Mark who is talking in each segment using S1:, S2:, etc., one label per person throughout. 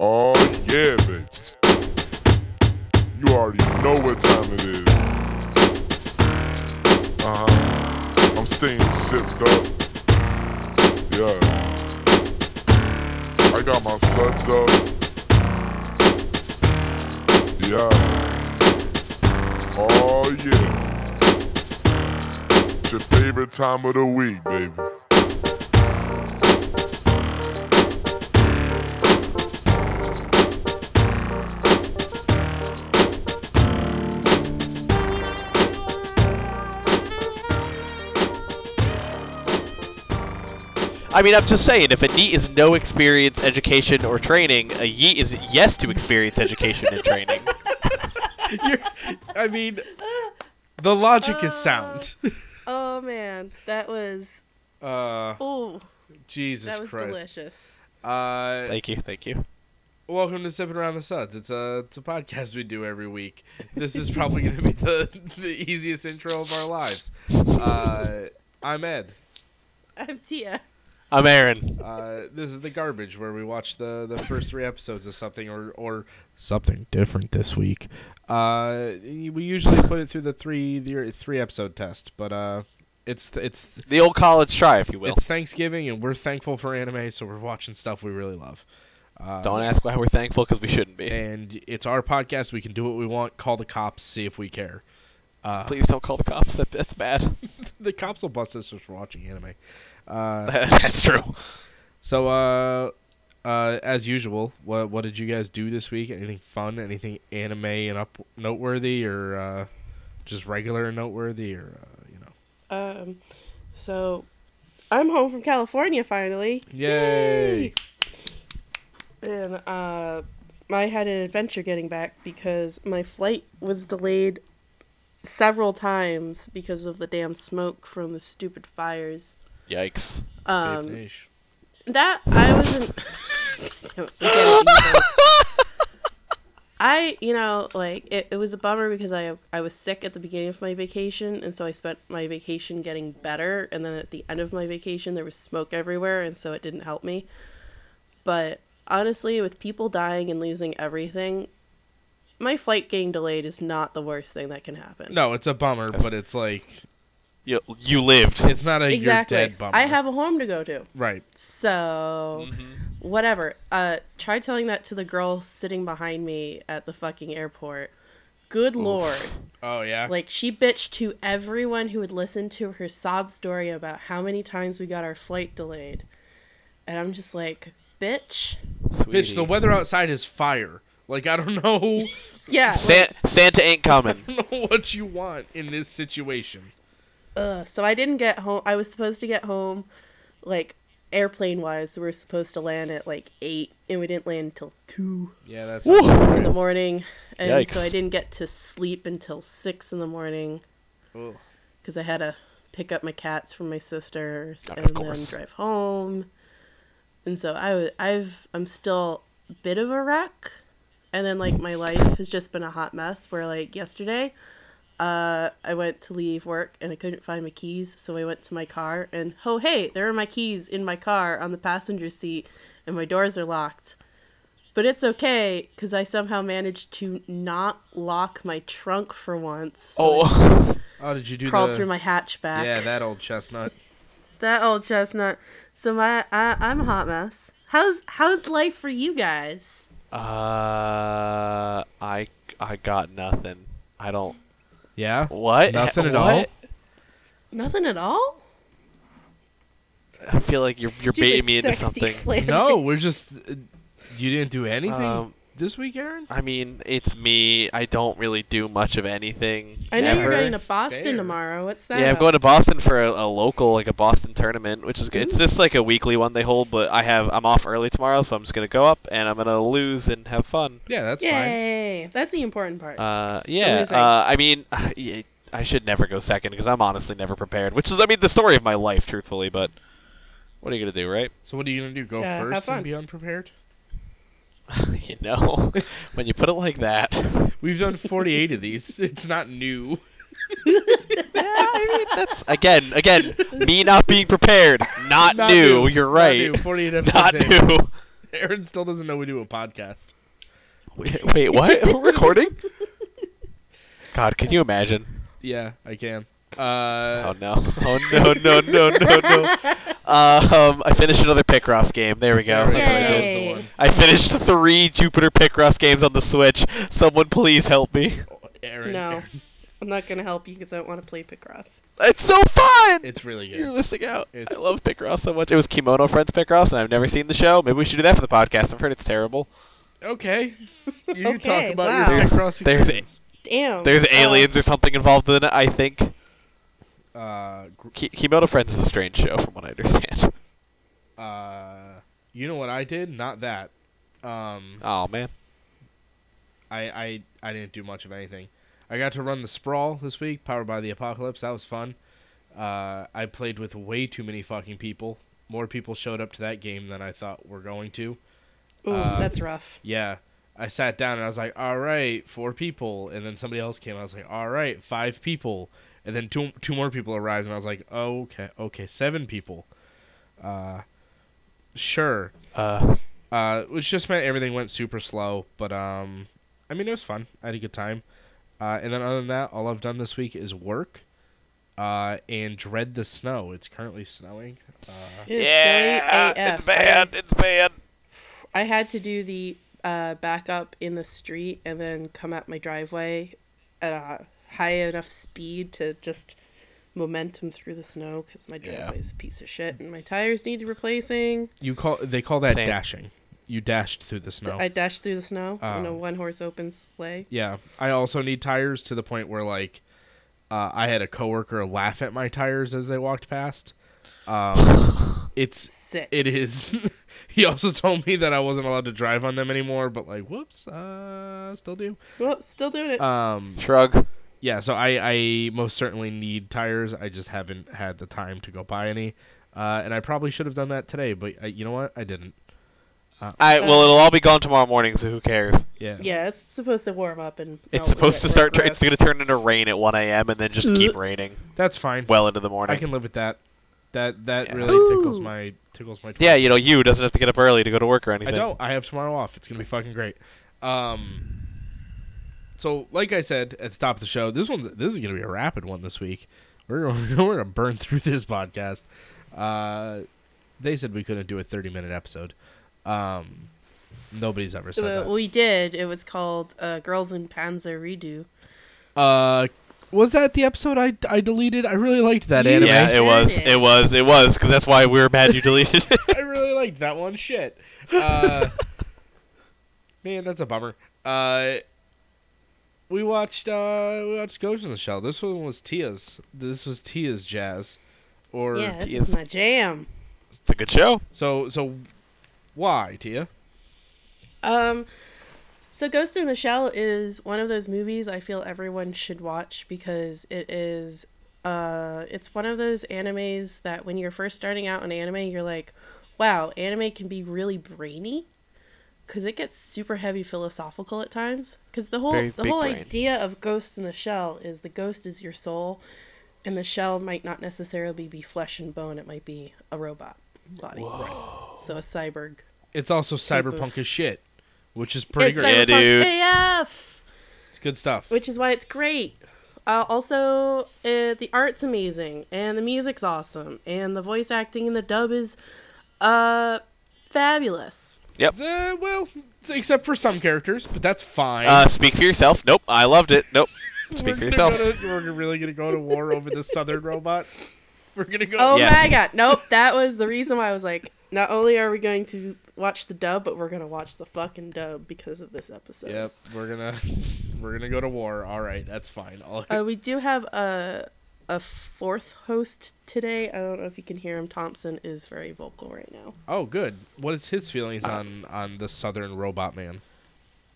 S1: Oh, yeah, baby. You already know what time it is. Uh huh. I'm staying shipped up. Yeah. I got my suds up. Yeah. Oh, yeah. It's your favorite time of the week, baby.
S2: I mean, I'm just saying, if a neat is no experience, education, or training, a yeet is yes to experience, education, and training.
S3: You're- I mean, the logic
S4: Uh.
S3: is sound.
S4: Oh man, that was
S3: Uh,
S4: ooh,
S3: Jesus
S4: that was
S3: Christ.
S4: delicious.
S3: Uh,
S2: Thank you, thank you.
S3: welcome to Sipping Around the Suds. It's a it's a podcast we do every week. This is probably going to be the the easiest intro of our lives. Uh, I'm Ed.
S4: I'm Tia.
S2: I'm Aaron.
S3: Uh, this is the garbage where we watch the, the first three episodes of something or, or something different this week. Uh, we usually put it through the three the three episode test, but uh, it's it's
S2: The old college try, if you will.
S3: it's Thanksgiving and we're thankful for anime, so we're watching stuff we really love. Uh,
S2: Don't ask why we're thankful, because we shouldn't be.
S3: And it's our podcast. We can do what we want. Call the cops. See if we care. Uh,
S2: Please don't call the cops. That, that's bad.
S3: the cops will bust us for watching anime. Uh,
S2: that's true.
S3: So, uh, uh, as usual, what what did you guys do this week? Anything fun? Anything anime and up noteworthy, or uh, just regular and noteworthy, or uh, you know?
S4: Um, so I'm home from California finally,
S3: Yay!
S4: and uh, I had an adventure getting back because my flight was delayed several times because of the damn smoke from the stupid fires.
S2: Yikes.
S4: Um,
S3: Babe Nash.
S4: That I was in. Damn it, we can't even- I you know like it, it was a bummer because I I was sick at the beginning of my vacation and so I spent my vacation getting better and then at the end of my vacation there was smoke everywhere and so it didn't help me. But honestly, with people dying and losing everything, my flight getting delayed is not the worst thing that can happen.
S3: No, it's a bummer,
S2: That's-
S3: but it's like
S2: You, you lived.
S3: it's not a
S4: exactly.
S3: you're dead bummer. Mm-hmm.
S4: I have a home to go to.
S3: right.
S4: So, whatever. Uh, try telling that to the girl sitting behind me at the fucking airport. Good lord.
S3: Oh yeah.
S4: Like, she bitched to everyone who would listen to her sob story about how many times we got our flight delayed. And I'm just like, bitch.
S2: Sweetie.
S3: Bitch, the weather outside is fire. Like I don't know
S4: Yeah. like,
S2: San- Santa ain't coming.
S3: what you want in this situation.
S4: ugh. So, I didn't get home. I was supposed to get home, like, airplane wise. We were supposed to land at like 8, and we didn't land until 2.
S3: Yeah, that's
S2: Woo!
S4: in the morning, and so
S2: Yikes.
S4: I didn't get to sleep until six in the morning
S3: Ugh.
S4: because I had to pick up my cats from my sisters
S2: Ah, of
S4: and then
S2: course.
S4: drive home. And so I, wa- I've, I'm still a bit of a wreck, and then like my life has just been a hot mess. Where like yesterday, uh, I went to leave work and I couldn't find my keys, so I went to my car and oh hey, there are my keys in my car on the passenger seat, and my doors are locked. But it's okay because I somehow managed to not lock my trunk for once. So I
S2: Oh,
S3: Oh, did you do
S4: crawled
S3: the
S4: through my hatchback.
S3: Yeah, that old chestnut.
S4: That old chestnut. So my I, I'm a hot mess. How's how's life for you guys?
S2: uh, I I got nothing. I don't.
S3: Yeah.
S2: What?
S3: Nothing at all?
S2: What?
S4: Nothing at all.
S2: I feel like you're you're baiting
S4: Stupid
S2: me into
S4: sexy
S2: something.
S4: flannel.
S3: No, we're just. uh, You didn't do anything
S2: Um,
S3: this week, Aaron.
S2: I mean, it's me. I don't really do much of anything.
S4: I know
S2: ever.
S4: you're going to Boston
S3: Fair.
S4: tomorrow. What's that?
S2: Yeah, I'm
S4: about?
S2: going to Boston for a, a local, like a Boston tournament, which is good. It's just like a weekly one they hold, but I have I'm off early tomorrow, so I'm just gonna go up and I'm gonna lose and have fun.
S3: Yeah, that's
S4: Yay! That's the important part.
S2: Uh, yeah.
S4: Losing.
S2: Uh, I mean, yeah, I should never go second because I'm honestly never prepared, which is I mean the story of my life, truthfully. But what are you gonna do, right?
S3: So what are you gonna do? Go
S4: Uh, have
S3: first
S4: fun.
S3: and be unprepared?
S2: you know, when you put it like that.
S3: We've done 48 of these. It's not new.
S2: yeah, I mean that's again, again, me not being prepared, not,
S3: Not
S2: new.
S3: new,
S2: You're
S3: not
S2: right.
S3: new, 48
S2: Not
S3: episodes in.
S2: new.
S3: Aaron still doesn't know we do a podcast.
S2: Wait, wait what? We're recording? God, can you imagine?
S3: Yeah, I can. Uh,
S2: Oh no! Oh no! No! No! No! No! Uh, um, I finished another Picross game. There we go.
S3: there we go,
S2: That's what I did.
S3: that was the
S4: Yay.
S3: one.
S2: I finished three Jupiter Picross games on the Switch. Someone please help me.
S3: Aaron,
S4: No,
S3: Aaron,
S4: I'm not gonna help you because I don't want to play Picross.
S2: It's so fun!
S3: it's really
S2: You're
S3: good.
S2: missing out.
S3: It's-
S2: I love Picross so much. It was Kimono Friends Picross, and I've never seen the show. Maybe we should do that for the podcast. I've heard it's terrible.
S3: Okay, you can
S4: Okay,
S3: talk about
S4: wow.
S3: your
S4: There's-
S3: Picross
S2: there's
S3: experience.
S4: Damn.
S2: There's
S4: Oh.
S2: aliens or something involved in it, I think.
S3: Uh, gr-
S2: Ki- Kimono Friends is a strange show, from what I understand.
S3: uh, you know what I did? Not that. Um,
S2: Oh, man.
S3: I, I I didn't do much of anything. I got to run the sprawl this week, powered by the apocalypse. That was fun. Uh, I played with way too many fucking people. More people showed up to that game than I thought were going to.
S4: Ooh,
S3: uh,
S4: that's rough.
S3: Yeah. I sat down and I was like, all right, four people. And then somebody else came. I was like, all right, five people. And then two, two more people arrived. And I was like, oh, okay, okay, seven people. Uh, sure.
S2: Uh,
S3: Uh, which just meant everything went super slow. But, um, I mean, it was fun. I had a good time. Uh, and then other than that, all I've done this week is work uh, and dread the snow. It's currently snowing. Uh,
S4: It is
S2: yeah,
S4: snowy
S2: it's
S4: AF.
S2: bad. It's bad.
S4: I, I had to do the uh, back up in the street and then come out my driveway at a high enough speed to just momentum through the snow because my
S2: Yeah.
S4: driveway is a piece of shit and my tires need replacing.
S3: you call They call that
S2: Same.
S3: dashing. You dashed through the snow.
S4: I dashed through the snow in a
S3: Um,
S4: one horse open sleigh.
S3: Yeah, I also need tires to the point where like uh, I had a coworker laugh at my tires as they walked past. Um, it's
S4: Sick.
S3: it is. he also told me that I wasn't allowed to drive on them anymore, but like, whoops, uh, still do.
S4: well, still doing it.
S3: Um,
S2: Shrug.
S3: yeah, so I I most certainly need tires. I just haven't had the time to go buy any, uh, and I probably should have done that today, but I, you know what? I didn't.
S2: I, well, it'll all be gone tomorrow morning, so who cares?
S3: Yeah.
S4: yeah, it's supposed to warm up and.
S2: It's
S4: melt
S2: supposed
S4: and
S2: to
S4: get
S2: start.
S4: real
S2: it's going to
S4: gross.
S2: turn into rain at 1 a.m. and then just keep
S4: Ugh.
S2: raining
S3: that's fine.
S2: well into the morning.
S3: I can live with that. That that
S2: Yeah.
S3: really tickles
S4: Ooh.
S3: my tickles my.
S2: Yeah, you know, you doesn't have to get up early to go to work or
S3: I
S2: anything.
S3: don't. I have tomorrow off. It's gonna be fucking great. Um, so like I said at the top of the show, this one's this is gonna be a rapid one this week. We're gonna, we're gonna burn through this podcast. Uh, they said we couldn't do a thirty minute episode. Um, nobody's ever said
S4: Uh,
S3: that.
S4: we did. It was called uh, "Girls in Panzer Redo."
S3: Uh, was that the episode I I deleted? I really liked that
S4: You-
S3: anime.
S2: Yeah, it was.
S4: Did it.
S2: It was. It was because that's why we were mad you deleted it.
S3: I really liked that one. Shit. Uh, man, that's a bummer. Uh, we watched uh, we watched Ghost in the Shell. This one was Tia's. This was Tia's jazz. Or
S4: Yeah, this
S2: yes.
S4: is my jam.
S2: It's a good show.
S3: so so. Why Tia?
S4: Um, so Ghost in the Shell is one of those movies I feel everyone should watch because it is, uh, it's one of those animes that when you're first starting out in anime, you're like, wow, anime can be really brainy because it gets super heavy philosophical at times. Because the whole
S2: Very
S4: the
S2: big
S4: whole
S2: brain.
S4: idea of Ghost in the Shell is the ghost is your soul, and the shell might not necessarily be flesh and bone. It might be a robot body, so a cyborg.
S3: It's also
S4: of-
S3: cyberpunk as shit, which is pretty
S4: It's
S3: great.
S2: Yeah,
S4: Cyberpunk
S2: dude.
S4: AF,
S3: It's good stuff.
S4: which is why it's great. Uh, also, uh, the art's amazing, and the music's awesome, and the voice acting in the dub is uh, fabulous.
S3: Uh, well, except for some characters, but that's fine.
S2: Uh, speak for yourself. Nope, I loved it. Nope.
S3: we're,
S2: Speak for
S3: gonna
S2: yourself.
S3: go to- we're really gonna go to war over the southern robot. We're gonna go.
S4: Oh
S2: Yes.
S4: my god! Nope, that was the reason why I was like, not only are we going to watch the dub, but we're gonna watch the fucking dub because of this episode.
S3: Yep, we're gonna we're gonna go to war. All right, that's fine. I'll,
S4: Uh, we do have a a fourth host today. I don't know if you can hear him. Thompson is very vocal right now.
S3: oh, good. What is his feelings on on the Southern Robot Man?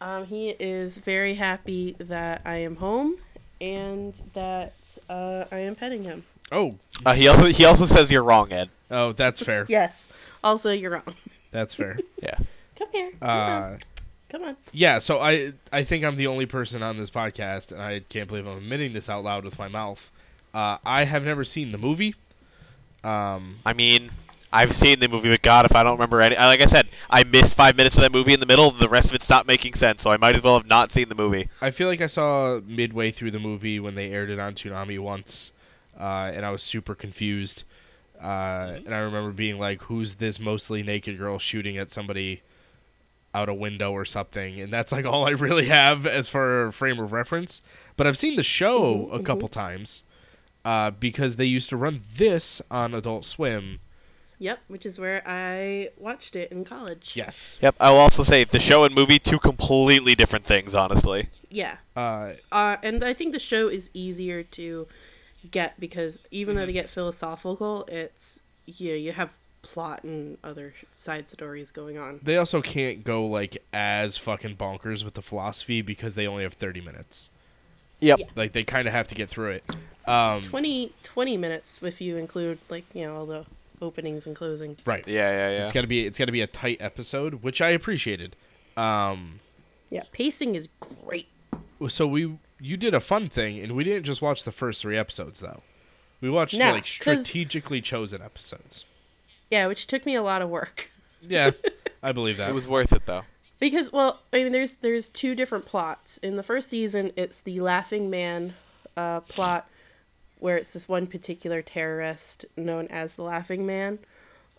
S4: Um, he is very happy that I am home and that uh, I am petting him.
S3: Oh,
S2: Uh, he also he also says you're wrong, Ed.
S3: oh, that's fair.
S4: Yes. Also, you're wrong.
S3: That's fair.
S2: Yeah.
S4: Come here. Come
S3: Uh,
S4: on. Come on.
S3: yeah. So I I think I'm the only person on this podcast, and I can't believe I'm admitting this out loud with my mouth. Uh, I have never seen the movie. Um,
S2: I mean, I've seen the movie, but God, if I don't remember any, like I said, I missed five minutes of that movie in the middle. The rest of it stopped making sense, so I might as well have not seen the movie.
S3: I feel like I saw midway through the movie when they aired it on Toonami once, uh, and I was super confused. Uh, And I remember being like, "Who's this mostly naked girl shooting at somebody out a window or something?" And that's like all I really have as far a frame of reference. But I've seen the show a couple times uh, because they used to run this on Adult Swim.
S4: Yep, which is where I watched it in college.
S3: Yes.
S2: Yep, I'll also say the show and movie two completely different things, honestly.
S4: Yeah.
S3: Uh,
S4: Uh, and I think the show is easier to get because even
S3: Mm-hmm.
S4: though they get philosophical, it's you know, you have plot and other side stories going on.
S3: they also can't go like as fucking bonkers with the philosophy because they only have thirty minutes.
S2: Yep.
S4: Yeah.
S3: Like they kind of have to get through it. Um,
S4: 20, 20 minutes if you include like you know all the openings and closings.
S3: right.
S2: Yeah, yeah, yeah.
S3: It's gonna be it's gonna be a tight episode, which I appreciated. Um,
S4: Yeah, pacing is great.
S3: so we you did a fun thing, and we didn't just watch the first three episodes though. We watched
S4: No,
S3: like
S4: 'cause-
S3: strategically chosen episodes.
S4: Yeah, which took me a lot of work.
S3: Yeah, I believe that.
S2: It was worth it though.
S4: Because well, I mean, there's there's two different plots. In the first season, it's the Laughing Man uh, plot, where it's this one particular terrorist known as the Laughing Man,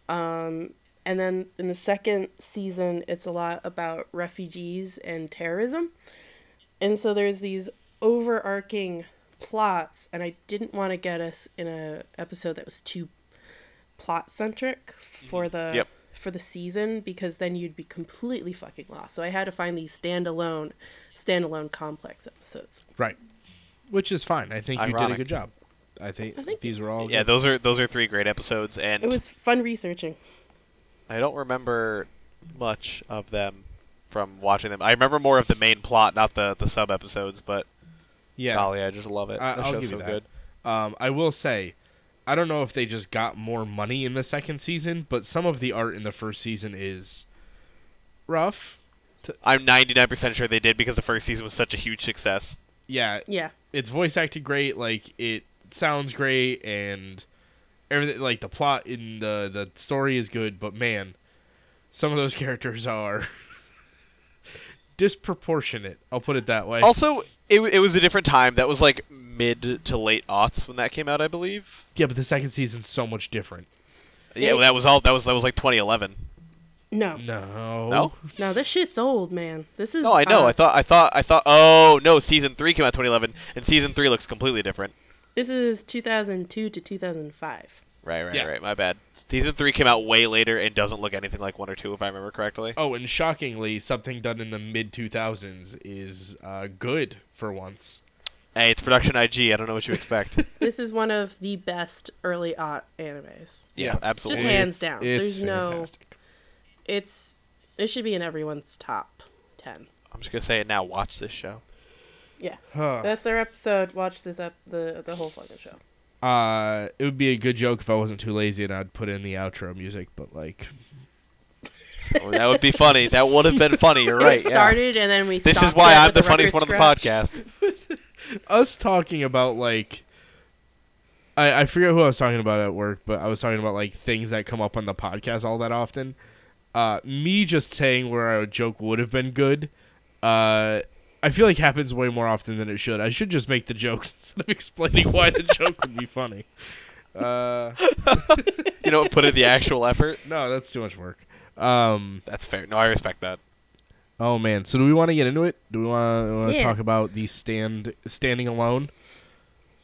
S4: um, and then in the second season, it's a lot about refugees and terrorism, and so there's these overarching plots, and I didn't want to get us in a episode that was too plot centric for the
S2: Yep.
S4: for the season because then you'd be completely fucking lost. So I had to find these standalone standalone complex episodes.
S3: right, which is fine. I think you did a
S2: Ironic.
S3: good job. I think,
S4: I think-
S3: these were all
S2: Oh, Yeah,
S3: good.
S2: those are those are three great episodes, and
S4: It was fun researching.
S2: I don't remember much of them from watching them. I remember more of the main plot, not the the sub episodes. But
S3: yeah.
S2: golly, I just love it.
S3: I-
S2: the
S3: I'll
S2: show's
S3: give you
S2: so
S3: that.
S2: good.
S3: Um, I will say, I don't know if they just got more money in the second season, but some of the art in the first season is rough.
S2: I'm 99% sure they did because the first season was such a huge success.
S3: Yeah,
S4: Yeah.
S3: it's voice acted great. Like it sounds great, and everything. Like the plot in the the story is good, but man, some of those characters are disproportionate. I'll put it that way.
S2: Also, it, w- it was a different time. That was like mid to late aughts when that came out, I believe.
S3: yeah, but the second season's so much different.
S2: Yeah, well, that was all. That was that was like 2011.
S4: No. No,
S3: No.
S2: No,
S4: this shit's old, man. This is
S2: no, I know.
S4: uh,
S2: I thought, I thought, I thought. Oh no, season three came out 2011, and season three looks completely different.
S4: this is 2002 to 2005.
S2: Right, right,
S3: Yeah.
S2: right. My bad. Season three came out way later and doesn't look anything like one or two, if I remember correctly.
S3: Oh, and shockingly, something done in the mid 2000s is uh, good for once.
S2: Hey, it's production IG. I don't know what you expect.
S4: This is one of the best early aught animes.
S2: yeah, absolutely.
S4: Just hands down.
S3: It's
S4: There's no-
S3: fantastic.
S4: It's it should be in everyone's top 10.
S2: I'm just gonna say it now. Watch this show.
S4: Yeah.
S3: Huh.
S4: That's our episode. Watch this up the the whole fucking show.
S3: Uh, it would be a good joke if I wasn't too lazy and I'd put in the outro music, but like,
S2: Oh, that would be funny. That would have been funny. You're right.
S4: it
S2: yeah.
S4: started and then we
S2: This is
S4: stopped
S2: why
S4: it
S2: I'm
S4: with
S2: the funniest one
S4: record
S2: on the
S4: scratch.
S2: podcast.
S3: us talking about like, I I forget who I was talking about at work, but I was talking about like things that come up on the podcast all that often. Uh, me just saying where a joke would have been good. Uh. I feel like happens way more often than it should. I should just make the jokes instead of explaining why the joke would be funny. Uh,
S2: You know, put in the actual effort.
S3: no, that's too much work. Um,
S2: That's fair. No, I respect that.
S3: Oh man, so do we want to get into it? Do we want to
S4: Yeah.
S3: talk about the stand standing alone?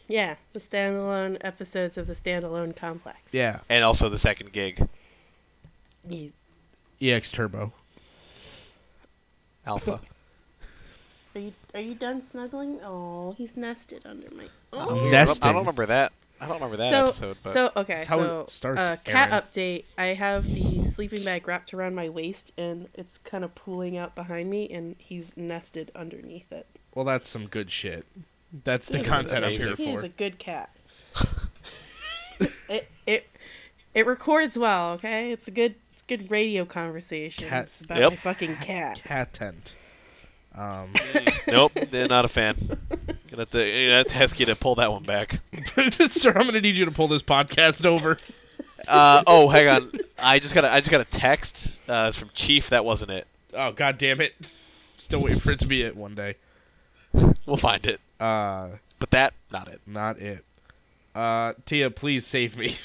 S4: Yeah, the standalone episodes of the standalone complex.
S3: Yeah,
S2: And also the second gig,
S4: Ye-
S3: EX E Turbo.
S2: Alpha.
S4: Are you are you done snuggling? Oh, he's nested under my.
S2: I
S4: Oh.
S2: don't- I
S3: Nesting.
S2: don't remember that. I don't remember that
S4: so
S2: episode. But
S4: so okay.
S3: That's how
S4: so
S3: it starts,
S4: uh, cat
S3: Aaron.
S4: update. I have the sleeping bag wrapped around my waist, and it's kind of pooling out behind me, and he's nested underneath it.
S3: Well, that's some good shit. That's the
S4: This is
S3: content I'm here
S2: amazing.
S4: He is
S3: for.
S4: a good cat. it it it records well. Okay, it's a good it's good radio conversation.
S3: Cat-
S4: It's about
S2: Yep.
S4: my fucking cat.
S3: Cat tent. Um,
S2: nope, they're not a fan. Gonna have to, gonna have to ask you to pull that one back.
S3: sir, I'm gonna need you to pull this podcast over.
S2: Uh, oh, hang on. I just got a, I just got a text. Uh, it's from Chief. That wasn't it.
S3: Oh god damn it! Still waiting for it to be it one day.
S2: We'll find it.
S3: Uh,
S2: But that not it.
S3: not it. Uh, Tia, please save me.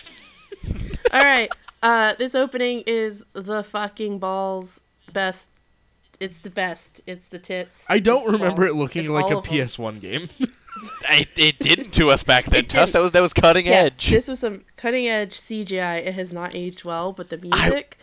S4: All right. Uh, this opening is the fucking balls best. It's the best. It's the tits.
S3: I
S4: it's
S3: don't
S4: the
S3: remember it
S4: balls.
S3: looking
S4: It's
S3: like
S4: all
S3: a
S4: of them.
S3: PS1 game.
S2: It, it didn't to us back then,
S4: It
S2: Tuss.
S4: didn't.
S2: That was that was cutting
S4: Yeah,
S2: edge.
S4: This was some cutting edge CGI. It has not aged well, but the music.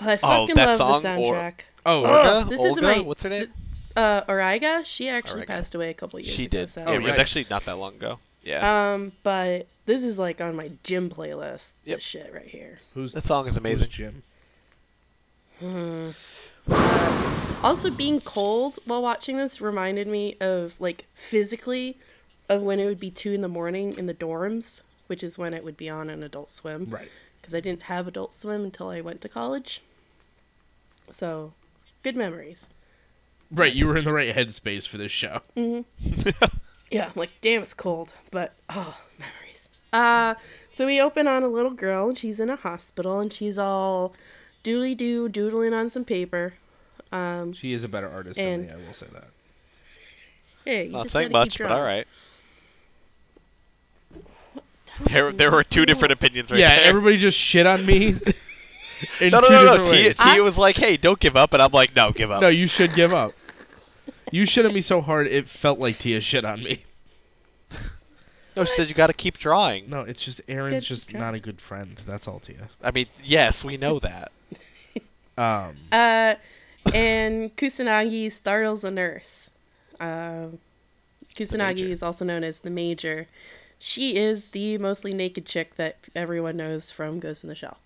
S4: Oh, I fucking
S2: that song
S4: love the
S2: or-
S4: soundtrack.
S3: oh,
S2: Olga,
S4: this
S2: Olga,
S4: isn't my-
S2: what's her name?
S4: Uh, Origa, she actually
S2: Auriga.
S4: passed away a couple years
S2: She
S4: ago.
S2: did. Oh,
S4: so-
S2: Yeah, it was
S3: yikes.
S2: actually not that long ago. Yeah,
S4: Um, but this is like on my gym playlist.
S2: Yep.
S4: This shit right here.
S3: who's
S2: that song is
S3: who's
S2: amazing.
S3: Jim?
S4: Also, being cold while watching this reminded me of like physically of when it would be two in the morning in the dorms, which is when it would be on an Adult Swim.
S3: Right.
S4: Because I didn't have Adult Swim until I went to college. So, good memories.
S3: Right, you were in the right headspace for this show.
S4: Yeah, I'm like, damn, it's cold, but oh, memories. Uh, so we open on a little girl, and she's in a hospital, and she's all doodly doo doodling on some paper.
S3: She is a better artist
S4: And-
S3: than me, I will say that.
S4: Hey, you
S2: Not
S4: just
S2: saying
S4: gotta keep
S2: Oh, much,
S4: drawing.
S2: but all right.
S4: Thompson,
S2: There, there were two
S4: yeah.
S2: different opinions right
S3: yeah,
S2: there.
S3: everybody just shit on me. in
S2: no, no,
S3: two
S2: no, no.
S3: different
S2: Tia,
S3: ways.
S4: I-
S2: Tia was like, "Hey, don't give up," and I'm like, "No, give up."
S3: No, you should give up. You shit on me so hard it felt like Tia shit on me.
S2: no, she said you got to keep drawing.
S3: No, it's just
S4: good
S3: Aaron's
S4: to
S3: just
S4: try.
S3: not a good friend. That's all, Tia.
S2: I mean, yes, we know that.
S3: Um,
S4: Uh, and Kusanagi startles a nurse. Um Kusanagi
S2: major.
S4: is also known as the Major. She is the mostly naked chick that everyone knows from Ghost in the Shell.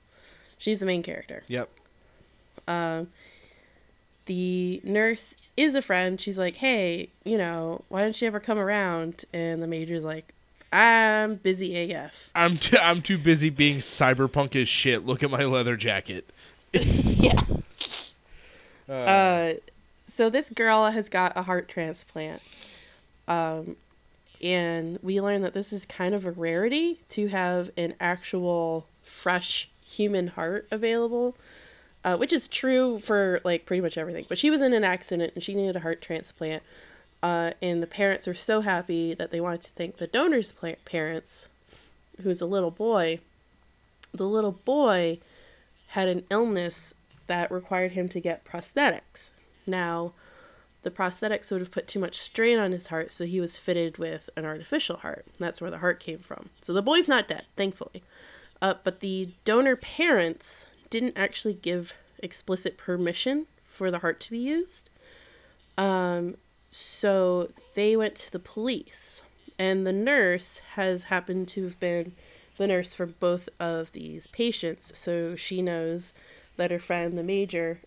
S4: She's the main character.
S3: yep.
S4: the nurse is a friend. She's like, hey, you know, why don't you ever come around? And the major's like, I'm busy AF.
S3: I'm too, I'm too busy being cyberpunk as shit. Look at my leather jacket.
S4: Uh, so this girl has got a heart transplant. Um, and we learn that this is kind of a rarity to have an actual fresh human heart available, uh, which is true for like pretty much everything. But she was in an accident and she needed a heart transplant. Uh, and the parents are so happy that they wanted to thank the donor's pla- parents, who's a little boy. The little boy had an illness that required him to get prosthetics. Now, the prosthetics would have put too much strain on his heart, so he was fitted with an artificial heart. That's where the heart came from. So the boy's not dead, thankfully. Uh, but the donor parents didn't actually give explicit permission for the heart to be used. Um, so they went to the police, and the nurse has happened to have been the nurse for both of these patients, so she knows that her friend, the major,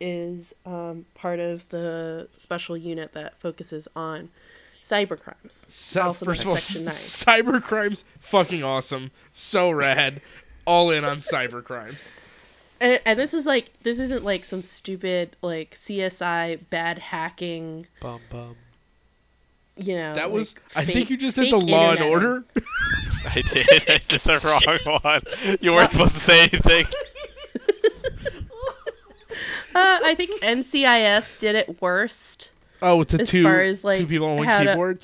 S4: is um, part of the special unit that focuses on cybercrimes.
S3: So,
S4: also known
S3: first
S4: as
S3: of all,
S4: Section 9.
S3: cybercrimes fucking awesome. So rad. all in on cybercrimes.
S4: and, and this is like this isn't like some stupid like CSI bad hacking.
S2: Bum bum.
S4: You know
S3: That
S4: Oh, like,
S3: was. I
S4: fake-
S3: think you just
S4: fake
S3: did the Law and
S4: internet.
S3: Order.
S2: I did. I did the wrong one. You weren't supposed to say anything.
S4: Uh, I think NCIS did it worst.
S3: Oh, with the
S4: As
S3: two
S4: far as, like,
S3: two people on
S4: how
S3: one
S4: to-
S3: keyboard.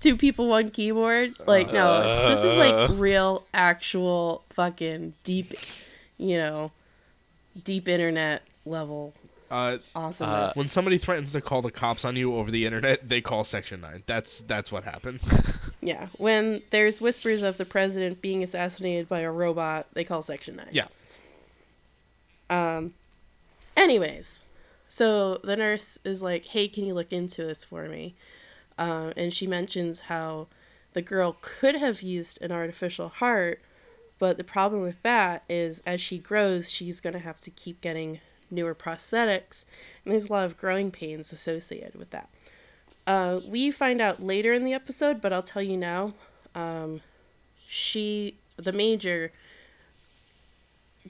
S4: Two people, one keyboard. Like no, this is like real, actual, fucking deep. You know, deep internet level
S3: Uh,
S4: awesomeness.
S3: when somebody threatens to call the cops on you over the internet, they call Section Nine. That's that's what happens.
S4: yeah, when there's whispers of the president being assassinated by a robot, they call Section Nine.
S3: yeah.
S4: Anyways, so the nurse is like, "Hey, can you look into this for me?" Um, and she mentions how the girl could have used an artificial heart, but the problem with that is as she grows, she's going to have to keep getting newer prosthetics, and there's a lot of growing pains associated with that. Uh, we find out later in the episode, but I'll tell you now. Um, she, the major,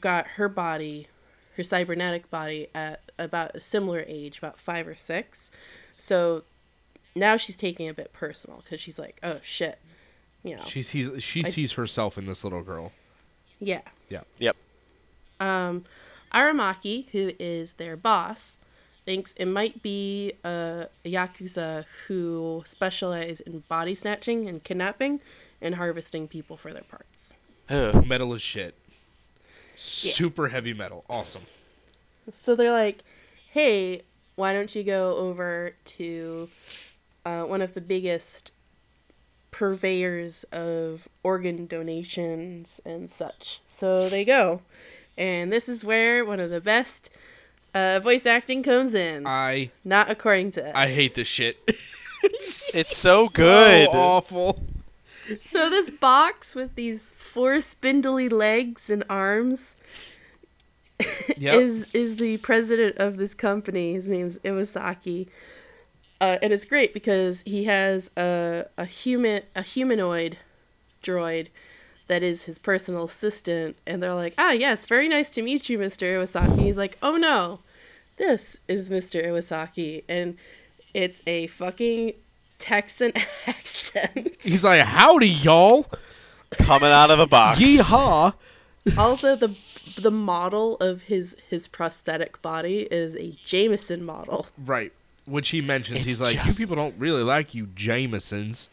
S4: got her body, her cybernetic body, at about a similar age, about five or six. So now she's taking it a bit personal because she's like, oh shit, you know,
S3: She sees she sees herself in this little girl.
S4: Yeah.
S3: Yeah.
S2: Yep.
S4: Um, Aramaki, who is their boss, thinks it might be a yakuza who specialize in body snatching and kidnapping and harvesting people for their parts.
S2: Ugh.
S3: Metal as shit. Super heavy metal. Awesome.
S4: So they're like, "Hey, why don't you go over to uh, one of the biggest purveyors of organ donations and such?" So they go, and this is where one of the best uh, voice acting comes in.
S3: I
S4: Not according to it.
S3: Uh, I hate this shit.
S2: It's so good.
S3: So awful.
S4: So this box with these four spindly legs and arms
S3: Yep.
S4: is is the president of this company. His name's Iwasaki. Uh, and it's great because he has a, a human a humanoid droid that is his personal assistant and they're like, Ah yes, very nice to meet you, Mr. Iwasaki. He's like, Oh no, this is Mr. Iwasaki and it's a fucking Texan accent.
S3: He's like, howdy, y'all.
S2: Coming out of a box.
S3: Yeehaw.
S4: also the the model of his his prosthetic body is a Jameson model.
S3: Right. Which he mentions.
S2: It's
S3: He's like,
S2: just-
S3: you people don't really like you Jamesons.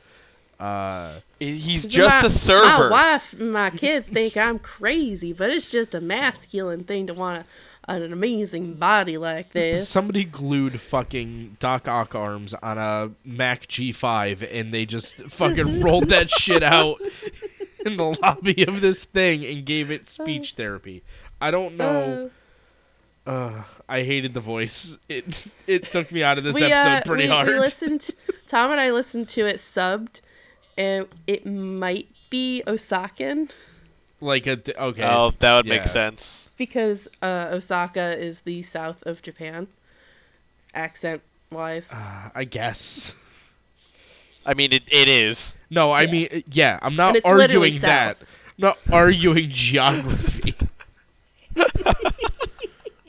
S3: Uh,
S2: He's just
S4: my,
S2: a server.
S4: My wife, and my kids think I'm crazy, but it's just a masculine thing to want a, an amazing body like this.
S3: somebody glued fucking Doc Ock arms on a Mac G5 and they just fucking rolled that shit out in the lobby of this thing and gave it speech therapy. I don't know.
S4: Uh,
S3: Ugh, I hated the voice. It it took me out of this
S4: we,
S3: episode
S4: uh,
S3: pretty
S4: we,
S3: hard.
S4: We listened. Tom and I listened to it subbed, and it might be Osakan
S3: like a d- okay.
S2: oh, that would make
S3: Yeah.
S2: sense.
S4: because uh, Osaka is the south of Japan, accent wise.
S3: uh, I guess.
S2: I mean, it, it is.
S3: No, I mean uh, yeah, I'm not
S4: And it's literally
S3: arguing that.
S4: south.
S3: I'm not arguing geography.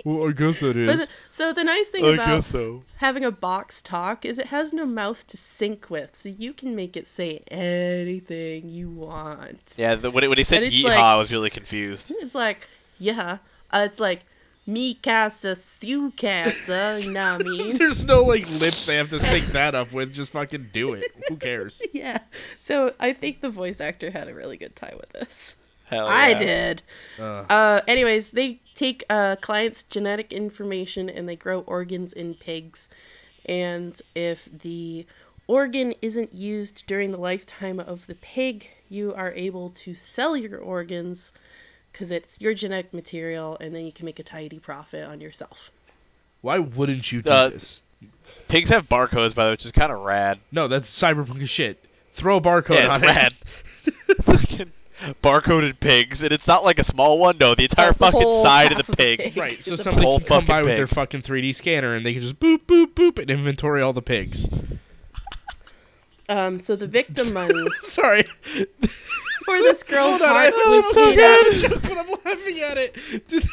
S3: well, I guess it
S4: But the- so the nice thing about
S2: so.
S4: having a box talk is it has no mouth to sync with, so you can make it say anything you want.
S2: Yeah, the, when, it, when he said
S4: And it's
S2: yeehaw,
S4: like-
S2: I was really confused.
S4: It's like, yeah, uh, it's like me casa, su casa, you know what I mean?
S3: There's no like lips they have to sync that up with. Just fucking do it. Who cares?
S4: Yeah. So I think the voice actor had a really good time with this.
S2: Hell
S4: I
S2: Oh, yeah.
S4: did. Uh, anyways, they take uh, clients' genetic information and they grow organs in pigs. And if the organ isn't used during the lifetime of the pig, you are able to sell your organs because it's your genetic material, and then you can make a tidy profit on yourself.
S3: Why wouldn't you do
S2: Uh,
S3: this?
S2: Pigs have barcodes, by the way, which is kind of rad.
S3: No, that's cyberpunk as shit. Throw a barcode
S2: Yeah,
S3: on
S2: it's rad.
S3: it.
S2: fucking barcoded pigs, and it's not like a small one. No, the entire
S4: That's the
S2: fucking
S4: whole
S2: side of
S4: half
S2: the
S4: of the
S2: pig.
S4: pig.
S3: Right, so
S4: It's a
S3: somebody
S2: whole
S3: can come
S2: fucking
S3: by with
S2: pig.
S3: their fucking 3D scanner and they can just boop boop boop and inventory all the pigs.
S4: Um, so the victim money
S3: Sorry,
S4: for this girl's
S3: Hold on, I-
S4: heart
S3: that
S4: was paid out.
S3: was a joke, but I'm laughing at it. Did-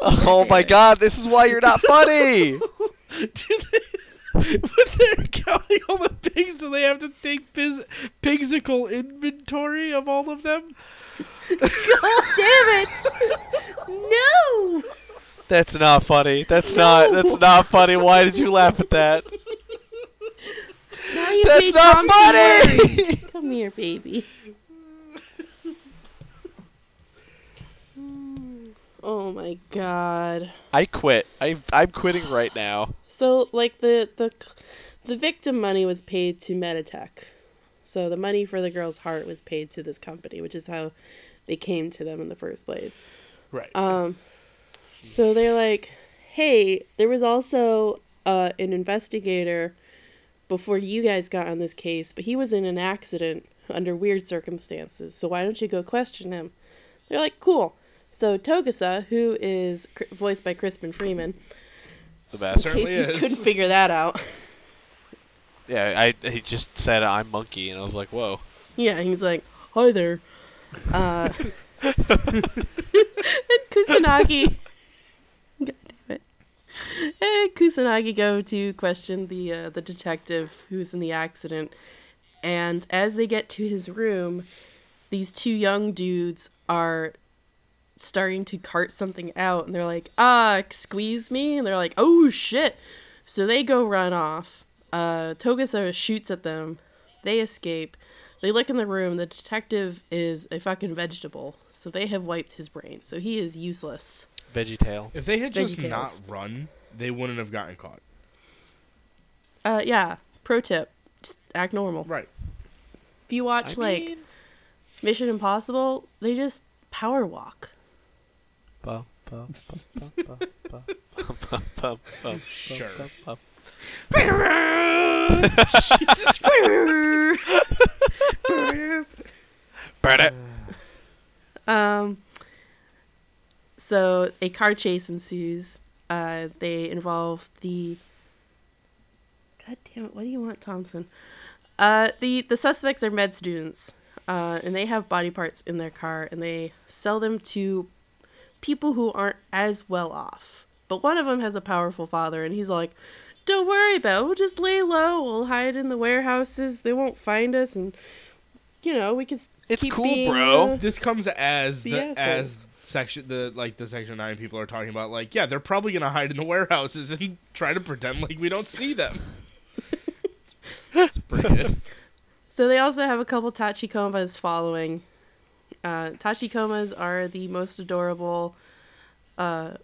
S2: Oh my god, this is why you're not funny.
S3: do they, when they're counting all the pigs, do they have to take biz, pigsical inventory of all of them?
S4: Damn it! No!
S2: that's not funny. That's not that's not funny. Why did you laugh at that?
S4: Now you
S2: That's
S4: made
S2: not
S4: Tom
S2: funny.
S4: Sawyer. Come here, baby. oh my god.
S2: I quit. I I'm quitting right now.
S4: So like the the the victim money was paid to Meditech. So the money for the girl's heart was paid to this company, which is how they came to them in the first place.
S3: Right.
S4: Uh, So they're like, hey, there was also uh, an investigator before you guys got on this case, but he was in an accident under weird circumstances. So why don't you go question him? They're like, cool. So Togusa, who is cr- voiced by Crispin Freeman,
S2: The best.
S4: in case
S3: Certainly
S4: you
S3: is.
S4: couldn't figure that out.
S2: Yeah, I he just said I'm monkey, and I was like, whoa.
S4: Yeah, he's like, hi there. Uh, and Kusanagi. God damn it. And Kusanagi go to question the uh, the detective who's in the accident, and as they get to his room, these two young dudes are starting to cart something out and they're like, ah, squeeze me. And they're like, oh shit. So they go run off. Uh, Togusa shoots at them. They escape. They look in the room. The detective is a fucking vegetable. So they have wiped his brain. So he is useless.
S2: Veggie Tail.
S3: If they had just not
S4: VeggieTales.
S3: run, they wouldn't have gotten caught.
S4: Uh, yeah. Pro tip just act normal.
S3: Right.
S4: If you watch, like, Mission Impossible, they just power walk.
S2: Bum, bum, bum, bum, bum, bum, bum, bum, bum,
S3: Sure.
S2: bum, bum. Burn it.
S4: Um, so a car chase ensues. Uh, they involve the. God damn it! What do you want, Thompson? Uh, the the suspects are med students, uh, and they have body parts in their car, and they sell them to people who aren't as well off. But one of them has a powerful father, and he's like, "Don't worry about. It. We'll just lay low. We'll hide in the warehouses. They won't find us, and you know we can." s-
S2: It's
S4: keep
S2: cool,
S4: being,
S2: bro.
S4: uh,
S3: This comes as
S4: The
S3: the,
S4: assholes.
S3: as section the like the section nine people are talking about. Like, yeah, they're probably gonna hide in the warehouses and try to pretend like we don't see them. It's pretty good.
S4: So they also have a couple tachikomas following. Uh, tachikomas are the most adorable uh,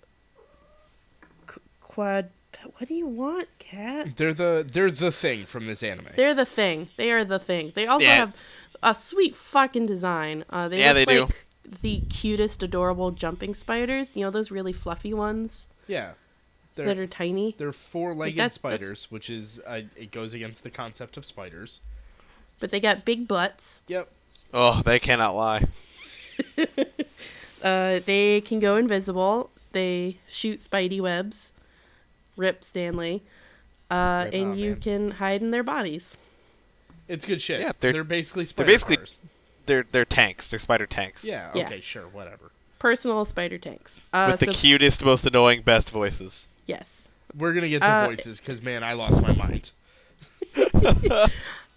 S4: qu- quad. What do you want, cat?
S3: They're the they're the thing from this anime.
S4: They're the thing. They are the thing. They also
S2: Yeah.
S4: have a sweet fucking design. Uh, they
S2: Yeah,
S4: look
S2: they do.
S4: like the cutest, adorable jumping spiders. You know those really fluffy ones
S3: yeah,
S4: that
S3: they're
S4: are tiny.
S3: they're four legged
S4: that's- that's-
S3: spiders, which is uh, it goes against the concept of spiders.
S4: But they got big butts.
S3: Yep.
S2: Oh, they cannot lie.
S4: Uh, they can go invisible. They shoot spidey webs. Rip Stanley. Uh,
S3: Rip,
S4: and
S3: aw,
S4: you
S3: man.
S4: can hide in their bodies.
S3: It's good shit.
S2: Yeah,
S3: they're,
S2: they're-
S3: basically
S2: they're
S3: spider
S2: basically-
S3: cars.
S2: They're they're tanks. They're spider tanks.
S3: Yeah.
S4: Yeah.
S3: Okay. Sure. Whatever.
S4: Personal spider tanks. Uh,
S2: With the
S4: so-
S2: cutest, most annoying, best voices.
S4: yes.
S3: We're gonna get the
S4: Uh,
S3: voices because man, I lost my mind.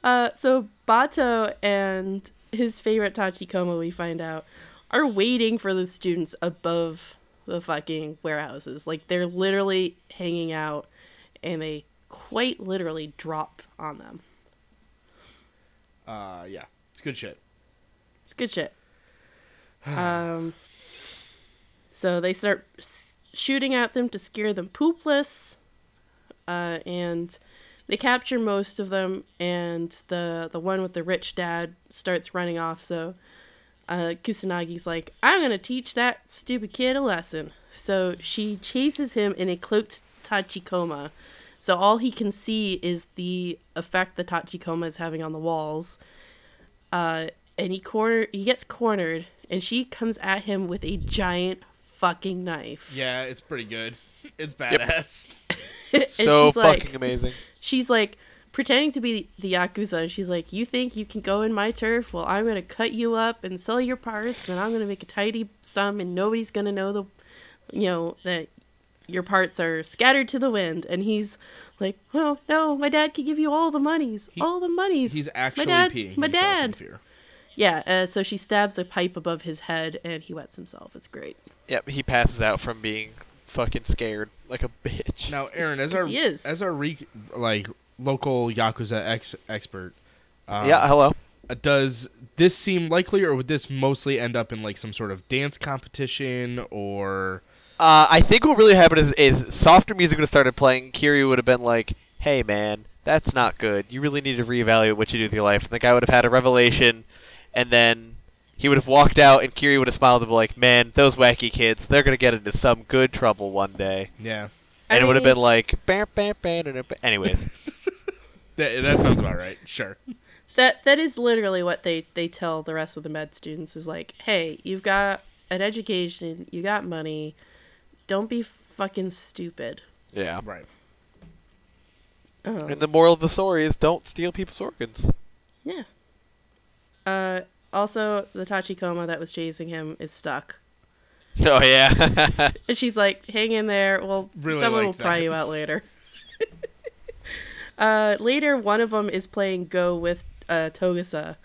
S4: Uh, so Bato and his favorite Tachikoma, we find out, are waiting for the students above the fucking warehouses. Like they're literally hanging out, and they quite literally drop on them.
S3: Uh, yeah, it's good shit.
S4: It's good shit. um, so they start s- shooting at them to scare them poopless, uh, and they capture most of them. And the the one with the rich dad starts running off. So uh, Kusunagi's like, "I'm gonna teach that stupid kid a lesson." So she chases him in a cloaked tachikoma. So all he can see is the effect the tachikoma is having on the walls uh, and he corner he gets cornered, and she comes at him with a giant fucking knife.
S3: Yeah, it's pretty good. It's badass.
S4: and
S2: so
S4: she's like,
S2: fucking amazing.
S4: she's like pretending to be the yakuza. And she's like, "You think you can go in my turf? Well, I'm gonna cut you up and sell your parts, and I'm gonna make a tidy sum, and nobody's gonna know the, you know that." Your parts are scattered to the wind, and he's like, "Oh no, my dad could give you all the monies, all the monies."
S3: He's actually
S4: dad-
S3: peeing himself
S4: my
S3: in
S4: dad.
S3: fear.
S4: Yeah, uh, so she stabs a pipe above his head, and he wets himself. It's great.
S2: Yep, he passes out from being fucking scared like a bitch.
S3: Now, Aaron, as our
S4: he is.
S3: as our re- like local yakuza ex- expert, uh,
S2: yeah, hello.
S3: does this seem likely, or would this mostly end up in like some sort of dance competition or?
S2: Uh, I think what really happened is, is softer music would have started playing. Kiryu would have been like, "Hey, man, that's not good. You really need to reevaluate what you do with your life." And the guy would have had a revelation, and then he would have walked out, and Kiryu would have smiled and be like, "Man, those wacky kids, they're gonna get into some good trouble one day."
S3: Yeah,
S2: And it would have
S4: I-
S2: been like, "Bam, bam, bam." da, da, ba-" Anyways,
S3: that, that sounds about right. Sure.
S4: That that is literally what they they tell the rest of the med students is like, hey, you've got an education, you got money, don't be fucking stupid.
S2: yeah.
S3: Right.
S2: And the moral of the story is, don't steal people's organs.
S4: Yeah. Uh, also, the Tachikoma that was chasing him is stuck,
S2: Oh yeah.
S4: and she's like, hang in there. Well,
S3: Really like
S4: someone will pry
S3: that.
S4: you out later. uh, later, one of them is playing Go with uh, Togusa,